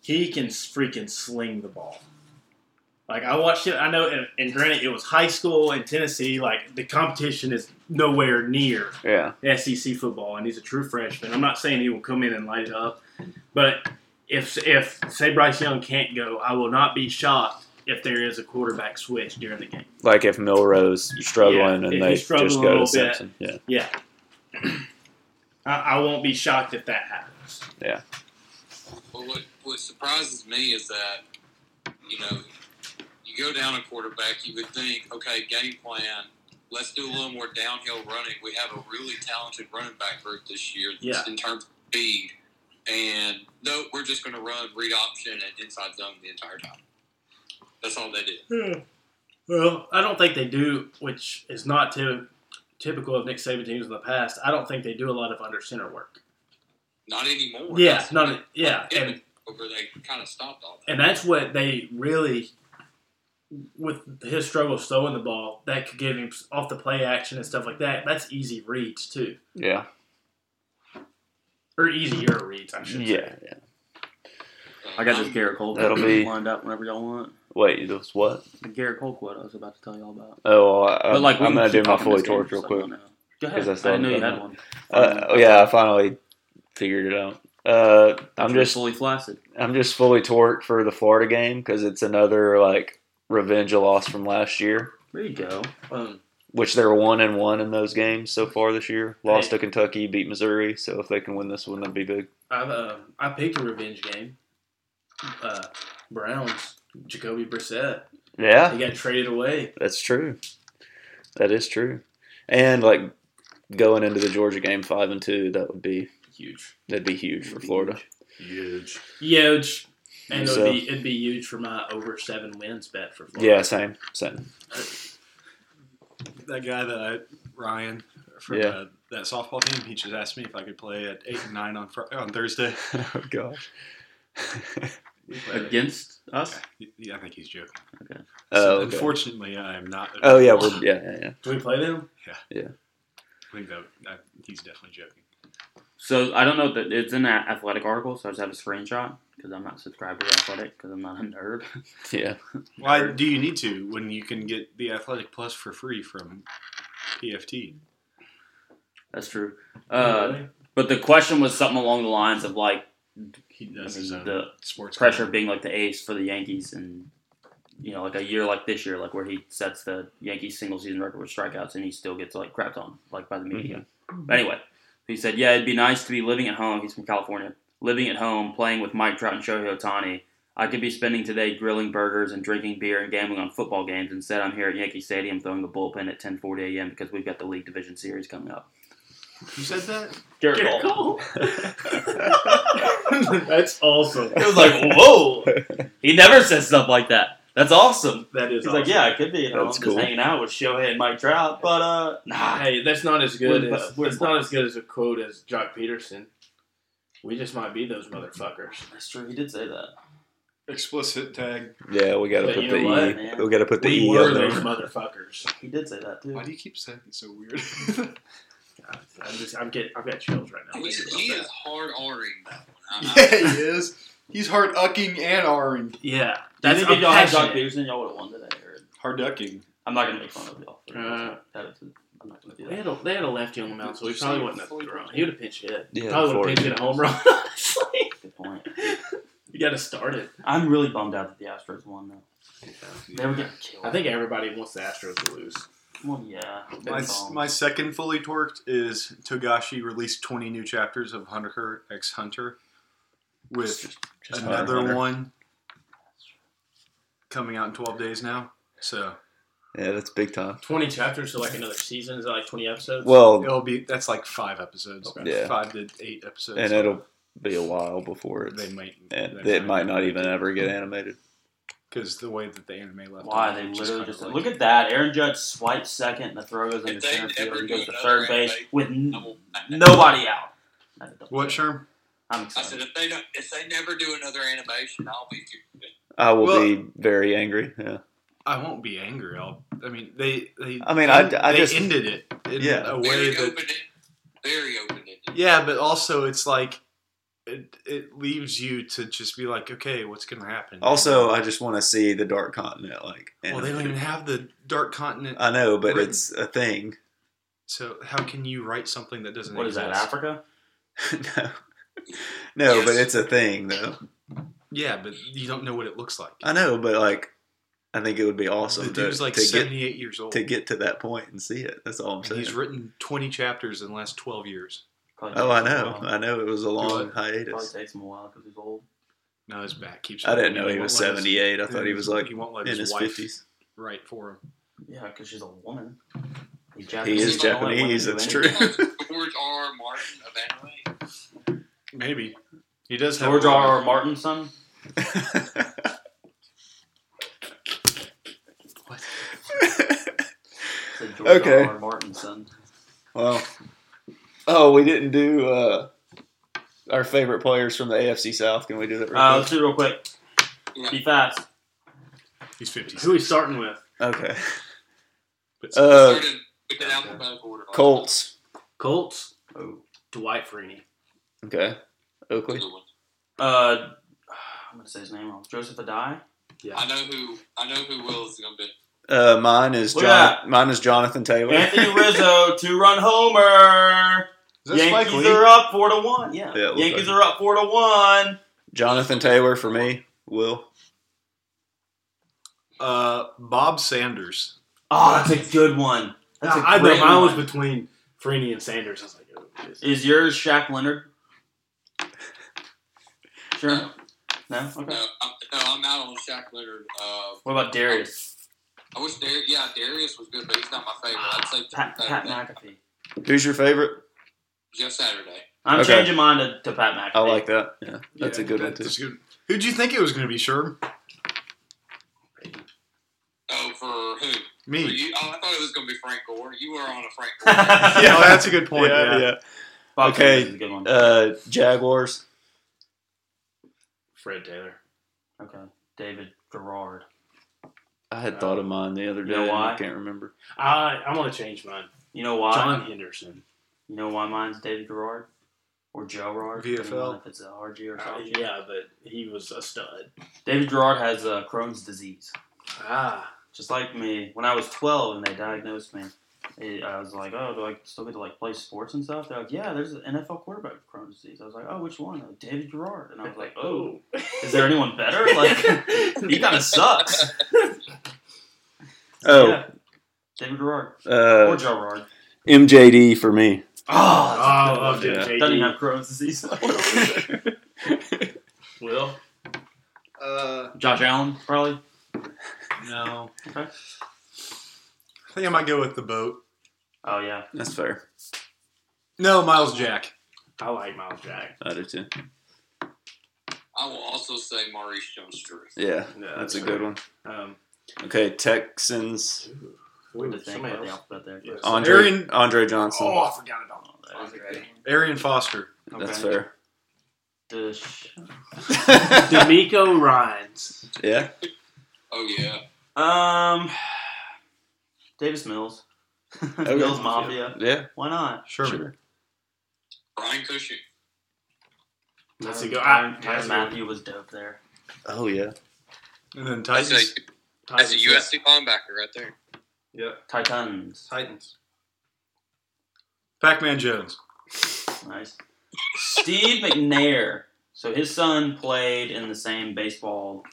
Speaker 3: He can freaking sling the ball. Like I watched it. I know, and, and granted, it was high school in Tennessee. Like the competition is nowhere near
Speaker 2: Yeah.
Speaker 3: SEC football, and he's a true freshman. I'm not saying he will come in and light it up, but if if say Bryce Young can't go, I will not be shocked if there is a quarterback switch during the game.
Speaker 2: Like if Milrose struggling
Speaker 3: Yeah, if
Speaker 2: and they
Speaker 3: he's struggling
Speaker 2: just
Speaker 3: a
Speaker 2: go to
Speaker 3: little bit.
Speaker 2: Simpson. Yeah.
Speaker 3: Yeah, I, I won't be shocked if that happens.
Speaker 5: Well, what, what surprises me is that, you know, you go down a quarterback, you would think, okay, game plan, let's do a little more downhill running. We have a really talented running back group this year
Speaker 3: Yeah.
Speaker 5: in terms of speed. And no, we're just going to run read option and inside zone the entire time. That's all they did.
Speaker 3: Well, I don't think they do, which is not typ- typical of Nick Saban teams in the past. I don't think they do a lot of under center work.
Speaker 5: Not anymore.
Speaker 3: Yeah,
Speaker 5: That's-
Speaker 3: not yeah,
Speaker 5: Yeah,
Speaker 3: and
Speaker 5: over they kind of stopped all that.
Speaker 3: And that's what they really, with his struggle throwing the ball, that could give him off the play action and stuff like that. That's easy reads too,
Speaker 2: Yeah.
Speaker 3: or easier reads, I should say.
Speaker 2: Yeah. Yeah.
Speaker 1: I got
Speaker 5: Um,
Speaker 1: this Garrett Cole
Speaker 2: That'll
Speaker 1: quote
Speaker 2: be-
Speaker 1: lined up whenever y'all want.
Speaker 2: Wait, it was what?
Speaker 1: The Garrett Cole quote I was about to tell y'all about.
Speaker 2: Oh, well, I,
Speaker 1: but like, we
Speaker 2: I'm
Speaker 1: can
Speaker 2: gonna do
Speaker 1: keep
Speaker 2: my
Speaker 1: talking
Speaker 2: Foley
Speaker 1: this game
Speaker 2: torch
Speaker 1: for
Speaker 2: real
Speaker 1: so
Speaker 2: quick.
Speaker 1: long now. Go
Speaker 2: 'Cause
Speaker 1: ahead.
Speaker 2: I
Speaker 1: I,
Speaker 2: still
Speaker 1: didn't know you
Speaker 2: haven't
Speaker 1: had
Speaker 2: done
Speaker 1: one.
Speaker 2: Uh, oh, yeah, I finally figured it out. Uh, I'm
Speaker 1: You're
Speaker 2: just
Speaker 1: fully flaccid.
Speaker 2: I'm just fully torqued for the Florida game because it's another like revenge of loss from last year,
Speaker 1: There you go.
Speaker 10: Um,
Speaker 2: which they're one and one in those games so far this year. Lost to Kentucky, beat Missouri, so if they can win this one, that'd be big.
Speaker 3: I've, uh, I picked a revenge game. Uh, Browns, Jacoby Brissett.
Speaker 2: Yeah,
Speaker 3: He got traded away.
Speaker 2: that's true. That is true. And like going into the Georgia game five and two, that would be
Speaker 3: Huge.
Speaker 2: that'd be huge for Florida.
Speaker 4: Huge.
Speaker 3: Huge. And it
Speaker 2: So-
Speaker 3: would be, it'd be huge for my over seven wins bet for Florida.
Speaker 2: Yeah, same, same.
Speaker 8: That guy that I, Ryan from
Speaker 2: Yeah.
Speaker 8: uh, that softball team, he just asked me if I could play at eight and nine on Fri on Thursday.
Speaker 2: oh gosh.
Speaker 1: Against us?
Speaker 8: Yeah, I think he's joking. So,
Speaker 2: Oh, okay.
Speaker 8: Unfortunately, I am not.
Speaker 2: oh yeah, we're yeah, yeah, yeah.
Speaker 3: Do we play them?
Speaker 8: I think that I, he's definitely joking.
Speaker 1: So I don't know that it's in that athletic article, so I just have a screenshot because I'm not subscribed to athletic because I'm not a nerd.
Speaker 2: yeah.
Speaker 8: Why do you need to when you can get the Athletic Plus for free from PFT?
Speaker 1: That's true. Uh, but the question was something along the lines of like
Speaker 8: He
Speaker 1: I
Speaker 8: does
Speaker 1: mean,
Speaker 8: his own
Speaker 1: the
Speaker 8: sports
Speaker 1: pressure being like the ace for the Yankees and you know like a year like this year like where he sets the Yankees single season record with strikeouts and he still gets like crapped on like by the media. But anyway, he said, "Yeah, it'd be nice to be living at home. He's from California. Living at home, playing with Mike Trout and Shohei Otani. I could be spending today grilling burgers and drinking beer and gambling on football games. Instead, I'm here at Yankee Stadium throwing the bullpen at 10:40 a.m. because we've got the league division series coming up."
Speaker 8: Who said that?
Speaker 1: Garrett
Speaker 3: Garrett
Speaker 1: Cole.
Speaker 3: Cole. That's awesome.
Speaker 1: It was like, "Whoa!" he never says stuff like that. That's awesome.
Speaker 3: That is
Speaker 1: He's
Speaker 3: awesome.
Speaker 1: like, yeah, I could be. You know,
Speaker 2: That's
Speaker 1: I'm
Speaker 2: cool.
Speaker 1: just hanging out with Shohei and Mike Trout, but uh, nah.
Speaker 3: Hey, that's not as good
Speaker 1: We're-
Speaker 3: as
Speaker 1: we're-
Speaker 3: that's not as good as a quote as Jock Peterson. We just might be those motherfuckers.
Speaker 1: That's true. He did say that.
Speaker 4: Explicit tag.
Speaker 2: Yeah, we gotta
Speaker 3: But
Speaker 2: put
Speaker 3: you
Speaker 2: the
Speaker 3: know what,
Speaker 2: E.
Speaker 1: man?
Speaker 2: We gotta put the
Speaker 3: we
Speaker 2: E
Speaker 3: were
Speaker 2: on
Speaker 3: those
Speaker 2: there.
Speaker 3: motherfuckers.
Speaker 1: He did say that too.
Speaker 4: Why do you keep saying it so weird?
Speaker 3: God, I'm just, I'm getting, I've got chills right now.
Speaker 5: He,
Speaker 3: thinking about
Speaker 5: he
Speaker 3: that.
Speaker 5: is hard ordering that one.
Speaker 4: yeah,
Speaker 5: I- I-
Speaker 4: he is. He's hard ucking and r'ing.
Speaker 3: Yeah,
Speaker 1: Do you
Speaker 3: that's
Speaker 1: think if y'all had Jock
Speaker 3: passionate.
Speaker 1: Peterson, y'all would have won today. Or...
Speaker 4: Hard ducking.
Speaker 1: I'm not gonna make fun of y'all.
Speaker 3: Uh,
Speaker 1: That is- I'm not gonna do
Speaker 3: They
Speaker 1: that.
Speaker 3: had, a, they had a lefty on the mound, so he probably wouldn't have thrown. He would have pinched hit.
Speaker 2: Yeah,
Speaker 3: probably would
Speaker 2: Florida
Speaker 3: have pinched hit a home run. Honestly,
Speaker 1: Good point.
Speaker 3: you got to start it.
Speaker 1: I'm really bummed out that the Astros won though. They were getting killed.
Speaker 3: I think everybody wants the Astros to lose.
Speaker 1: Well, yeah.
Speaker 4: My,
Speaker 1: that's all.
Speaker 4: my second fully torqued is Togashi released 20 new chapters of Hunter x Hunter with
Speaker 2: Just
Speaker 4: another
Speaker 2: Hunter.
Speaker 4: one coming out in 12 days now. So
Speaker 2: Yeah, that's big time.
Speaker 3: Twenty chapters, so like another season. Is that like twenty episodes?
Speaker 2: Well,
Speaker 4: it'll be that's like five episodes,
Speaker 2: Yeah.
Speaker 4: five to eight episodes.
Speaker 2: and it'll be a while before it's.
Speaker 4: they might
Speaker 2: and it might not even ever get animated.
Speaker 4: because the way that the anime left.
Speaker 1: Why
Speaker 4: off,
Speaker 1: they
Speaker 4: it's
Speaker 1: literally
Speaker 4: kinda
Speaker 1: just
Speaker 4: like-
Speaker 1: look at that? Aaron Judge swipes second, the throw goes into
Speaker 5: If they
Speaker 1: center field,
Speaker 5: ever
Speaker 1: and
Speaker 5: do
Speaker 1: goes to
Speaker 5: another
Speaker 1: third base
Speaker 5: anime,
Speaker 1: with n-
Speaker 5: I will-
Speaker 1: nobody out.
Speaker 4: what Sherm?
Speaker 1: I'm
Speaker 5: I said
Speaker 1: excited.
Speaker 5: if they don't, if they never do another animation, I'll be here.
Speaker 2: I will
Speaker 4: Well-
Speaker 2: be very angry. Yeah,
Speaker 4: I won't be angry. I'll, I mean, they. they
Speaker 2: I mean, I- I
Speaker 4: they
Speaker 2: just-
Speaker 4: ended it in
Speaker 2: Yeah.
Speaker 4: a way
Speaker 5: Very
Speaker 4: that.
Speaker 5: open. Very open.
Speaker 4: Yeah, but also it's like it, it leaves you to just be like, okay, what's going to happen?
Speaker 2: Also, I just want to see the Dark Continent. Like,
Speaker 4: well, they don't even
Speaker 2: animated.
Speaker 4: have the Dark Continent,
Speaker 2: I know, but
Speaker 4: written.
Speaker 2: it's a thing.
Speaker 4: so how can you write something that doesn't?
Speaker 1: What is that?
Speaker 4: exist?
Speaker 1: Africa?
Speaker 2: no, no,
Speaker 5: Yes.
Speaker 2: but it's a thing though.
Speaker 4: Yeah, but you don't know what it looks like.
Speaker 2: I know, but like, I think it would be awesome
Speaker 4: the
Speaker 2: Uh, to,
Speaker 4: dude's like
Speaker 2: to get
Speaker 4: seventy-eight years old.
Speaker 2: to get to that point and see it. That's all I'm
Speaker 4: and
Speaker 2: saying.
Speaker 4: he's written twenty chapters in the last twelve years.
Speaker 2: Oh, I know. I know it was a long
Speaker 4: Good.
Speaker 1: Probably
Speaker 2: hiatus.
Speaker 1: takes him a while because he's old.
Speaker 4: No, his back keeps.
Speaker 2: I didn't
Speaker 4: hurting.
Speaker 2: know he
Speaker 4: won't
Speaker 2: was
Speaker 4: let his-
Speaker 2: 78. I thought he was like
Speaker 4: he won't let
Speaker 2: in his
Speaker 4: his wife
Speaker 2: 50s.
Speaker 4: write for him.
Speaker 1: Yeah, because she's a woman. He's
Speaker 2: He is
Speaker 5: He's like,
Speaker 2: Japanese. That's true.
Speaker 5: George R. R. Martin of anime.
Speaker 4: Maybe he does. have
Speaker 1: George
Speaker 4: a lot
Speaker 1: R.
Speaker 4: of-
Speaker 1: R. Martin's son. Said George
Speaker 2: Okay.
Speaker 1: R. R. Martin's son.
Speaker 2: well, oh, we didn't do uh, our favorite players from the AFC South. Can we do that? Real
Speaker 1: Uh, let's do it real quick.
Speaker 5: Yeah.
Speaker 1: Be fast.
Speaker 4: He's fifty.
Speaker 3: Who are we starting with?
Speaker 2: quick? Okay.
Speaker 4: But-
Speaker 2: Uh,
Speaker 5: Started with an alphabetical order.
Speaker 2: Colts.
Speaker 3: Colts. Dwight Freeney.
Speaker 2: Okay. Oakley.
Speaker 5: Good one.
Speaker 1: Uh, I'm gonna say his name wrong. Joseph Adai.
Speaker 5: I know who I know who Will is going to be.
Speaker 2: Uh, mine is
Speaker 1: Look
Speaker 2: John. Mine is Jonathan Taylor.
Speaker 1: Anthony Rizzo two run homer.
Speaker 4: Is that Spike
Speaker 1: Yankees
Speaker 4: Lee?
Speaker 1: are up four to one. Yeah.
Speaker 2: Yeah, it looked
Speaker 1: Yankees
Speaker 2: like
Speaker 1: are up four to one.
Speaker 2: Jonathan Taylor for me. Will.
Speaker 4: Uh, Bob Sanders.
Speaker 1: Oh, that's a good one. That's a
Speaker 10: I know
Speaker 1: great
Speaker 10: mine was
Speaker 1: one.
Speaker 10: between Freeney and Sanders. I was like, oh, this-
Speaker 1: Is yours Shaq Leonard? Sure. No. Okay.
Speaker 5: No, I'm, no, I'm out on Shaq Leonard. Uh,
Speaker 1: What about Darius?
Speaker 5: I wish Darius. Yeah, Darius was good, but he's not my favorite. I'd say
Speaker 1: Pat,
Speaker 10: Uh,
Speaker 1: Pat
Speaker 5: Saturday.
Speaker 1: McAfee.
Speaker 2: Who's your favorite?
Speaker 5: Jeff Saturday.
Speaker 1: I'm
Speaker 2: Okay.
Speaker 1: changing mine to, to Pat McAfee.
Speaker 2: I like that. Yeah, that's
Speaker 4: Yeah,
Speaker 2: a good one too.
Speaker 4: that's good. Who'd you think it was going to be, Sherm?
Speaker 5: Oh, for who? For
Speaker 4: Me.
Speaker 5: you? Oh, I thought it was going to be Frank Gore. You were on a Frank Gore.
Speaker 1: that.
Speaker 4: Yeah, that's a good point. Yeah,
Speaker 1: Bob
Speaker 2: Okay,
Speaker 1: Sanders is a good one.
Speaker 2: Uh, Jaguars.
Speaker 10: Fred Taylor.
Speaker 1: okay. David Gerard.
Speaker 2: I had thought of mine the other
Speaker 1: You
Speaker 2: day.
Speaker 1: know
Speaker 2: and
Speaker 1: why?
Speaker 2: I can't remember.
Speaker 10: I I want to change mine.
Speaker 1: You know why?
Speaker 10: John Henderson.
Speaker 1: You know why mine's David Gerard or Joe Rard?
Speaker 4: VFL.
Speaker 1: depending on If it's a RG or something.
Speaker 10: Uh, yeah, but he was a stud.
Speaker 1: David Gerard has uh, Crohn's disease.
Speaker 10: Ah,
Speaker 1: Just like me, when I was 12 and they diagnosed me, it, I was like, oh, do I still get to like play sports and stuff? They're like, yeah, there's an NFL quarterback with Crohn's disease. I was like, oh, which one? They're Like, David Gerard. And I was like, oh, is there anyone better? Like, he kind of sucks.
Speaker 2: Oh,
Speaker 1: Yeah. David Gerard or
Speaker 2: uh,
Speaker 1: Joe Rard.
Speaker 2: MJD for me.
Speaker 10: oh,
Speaker 1: Oh,
Speaker 10: I love
Speaker 2: Yeah.
Speaker 10: JD.
Speaker 1: doesn't even have Crohn's disease.
Speaker 10: Will
Speaker 4: Uh,
Speaker 1: Josh Allen, probably.
Speaker 4: no.
Speaker 1: Okay.
Speaker 4: I think I might go with the boat.
Speaker 1: Oh yeah,
Speaker 2: That's fair.
Speaker 4: No, Miles Jack.
Speaker 10: I like Miles Jack.
Speaker 2: I do too.
Speaker 5: I will also say Maurice Jones-Drew.
Speaker 2: Yeah,
Speaker 10: No,
Speaker 2: that's a good one.
Speaker 10: Um,
Speaker 2: Okay, Texans.
Speaker 10: we
Speaker 1: good to think about the alphabet there.
Speaker 10: Yeah.
Speaker 2: Andre
Speaker 4: Arian-
Speaker 2: Andre Johnson.
Speaker 10: Oh, I forgot about
Speaker 1: Oh, that is a great one.
Speaker 4: Arian Foster.
Speaker 2: That's
Speaker 1: Okay.
Speaker 2: fair.
Speaker 1: Dish.
Speaker 10: D'Amico Rhines.
Speaker 2: yeah.
Speaker 5: Oh yeah.
Speaker 1: Um, Davis Mills. Mills Mafia.
Speaker 2: Yeah.
Speaker 1: Why not?
Speaker 4: Sherman.
Speaker 5: Brian Cushing.
Speaker 10: That's a
Speaker 1: Tyron-
Speaker 10: good.
Speaker 1: Um, Tyron-
Speaker 10: I,
Speaker 1: Tyron Matthew was dope there.
Speaker 2: Oh yeah.
Speaker 4: And then
Speaker 5: That's
Speaker 4: Titans.
Speaker 5: a, that's a USC linebacker right there.
Speaker 1: Titans.
Speaker 4: Titans. Pac Man Jones.
Speaker 1: Nice. Steve McNair. So his son played in the same baseball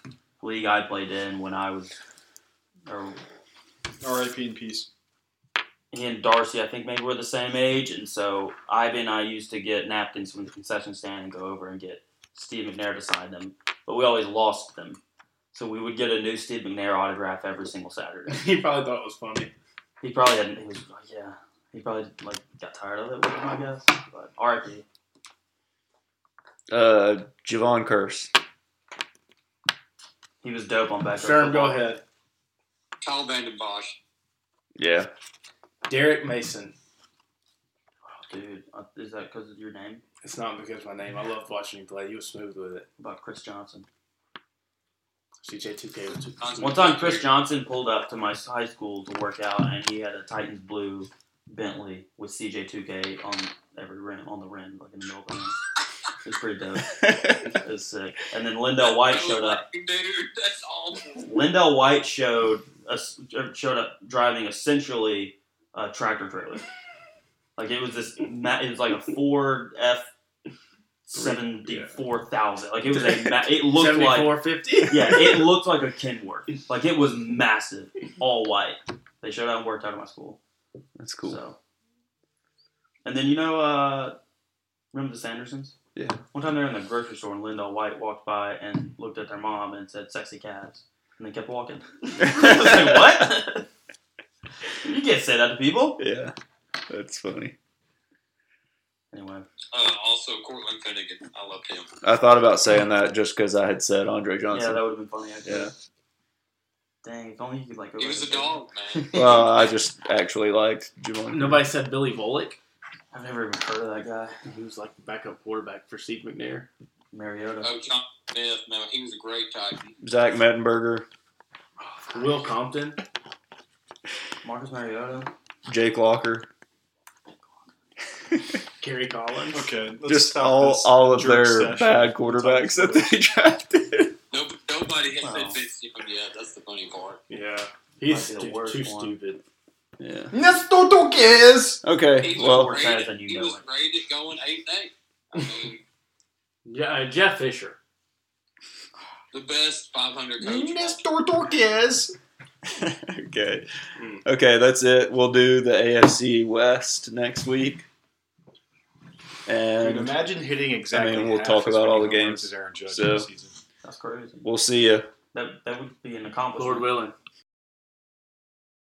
Speaker 1: league I played in when I was, or
Speaker 4: R.I.P. in peace.
Speaker 1: he and Darcy, I think maybe we're the same age, and so Ivy and I used to get napkins from the concession stand and go over and get Steve McNair to sign them, but we always lost them. So we would get a new Steve McNair autograph every single Saturday.
Speaker 10: He probably thought it was funny.
Speaker 1: He probably had, he was, yeah, he probably like got tired of it. With him, I guess. But RIP.
Speaker 2: Uh, Javon Curse.
Speaker 1: He was dope on back.
Speaker 10: Sherm, go ahead.
Speaker 5: Kyle Vanden Bosch.
Speaker 2: Yeah.
Speaker 10: Derek Mason.
Speaker 1: dude. uh, Is that because of your name?
Speaker 10: It's not because my name. I loved watching him play. He was smooth with it.
Speaker 1: About Chris Johnson.
Speaker 10: CJ2K was too.
Speaker 1: One time, Chris Johnson pulled up to my high school to work out, and he had a Titans blue Bentley with CJ2K on every rim, on the rim, like in the middle of the rim. It was pretty dope. It was sick. And then Lindell White showed up.
Speaker 5: Dude, that's awful.
Speaker 1: Lindell White showed us showed up driving essentially a tractor trailer. Like it was this, ma- it was like a Ford F seventy four thousand. Like it was a, ma- it looked like
Speaker 10: 7450.
Speaker 1: yeah, it looked like a Kenworth. Like it was massive, all white. They showed up and worked out of my school.
Speaker 2: That's cool.
Speaker 1: So, and then you know, uh, remember the Sandersons?
Speaker 2: Yeah.
Speaker 1: One time they were in the grocery store and Linda White walked by and looked at their mom and said, "Sexy calves," and they kept walking. I was like, what? you can't say that to people.
Speaker 2: Yeah. That's funny.
Speaker 1: Anyway,
Speaker 5: Uh, also, Cortland Finnegan. I love him.
Speaker 2: I thought about saying that just because I had said Andre
Speaker 1: yeah,
Speaker 2: Johnson.
Speaker 1: that would have been funny. I
Speaker 2: Yeah.
Speaker 1: guess. Dang, if only you could like. go
Speaker 5: He
Speaker 1: back
Speaker 5: was a
Speaker 1: and say
Speaker 5: dog, man.
Speaker 1: that.
Speaker 2: well, I just actually liked Javon.
Speaker 10: Nobody said Billy Volick.
Speaker 1: I've never even heard of that guy,
Speaker 10: He was like the backup quarterback for Steve McNair.
Speaker 1: Mariota.
Speaker 5: Oh, John Smith. No, he was a great Titan.
Speaker 2: Zach Mettenberger,
Speaker 10: Will Compton.
Speaker 1: Marcus Mariota.
Speaker 2: Jake Locker,
Speaker 10: Kerry Collins.
Speaker 4: Okay. let's
Speaker 2: just
Speaker 4: stop
Speaker 2: all
Speaker 4: this
Speaker 2: all of
Speaker 4: jerk
Speaker 2: their
Speaker 4: session.
Speaker 2: bad quarterbacks that they drafted.
Speaker 5: You said 50, but yeah, that's the funny part.
Speaker 10: Yeah. He's
Speaker 2: Might be
Speaker 10: stu-
Speaker 2: the worst
Speaker 10: too
Speaker 2: one.
Speaker 10: stupid.
Speaker 2: Yeah.
Speaker 4: Nestor Duques.
Speaker 2: Okay.
Speaker 5: He was
Speaker 2: Well,
Speaker 1: worse
Speaker 5: rated,
Speaker 1: than you
Speaker 5: he
Speaker 1: know
Speaker 5: was
Speaker 1: it.
Speaker 5: rated going 8 and 8. I mean,
Speaker 10: Yeah, uh, Jeff Fisher.
Speaker 5: the best 500 coach.
Speaker 4: Nestor Duques.
Speaker 2: okay.
Speaker 10: Mm.
Speaker 2: Okay, that's it. We'll do the AFC West next week.
Speaker 8: Dude,
Speaker 2: And
Speaker 8: imagine hitting exactly.
Speaker 2: we'll
Speaker 8: half
Speaker 2: talk
Speaker 8: as
Speaker 2: about
Speaker 8: many
Speaker 2: all the
Speaker 8: home runs
Speaker 2: games.
Speaker 8: as Aaron Judge
Speaker 2: So-
Speaker 8: this season.
Speaker 1: That's crazy.
Speaker 2: we'll see you.
Speaker 1: That that would be an accomplishment.
Speaker 3: Lord willing.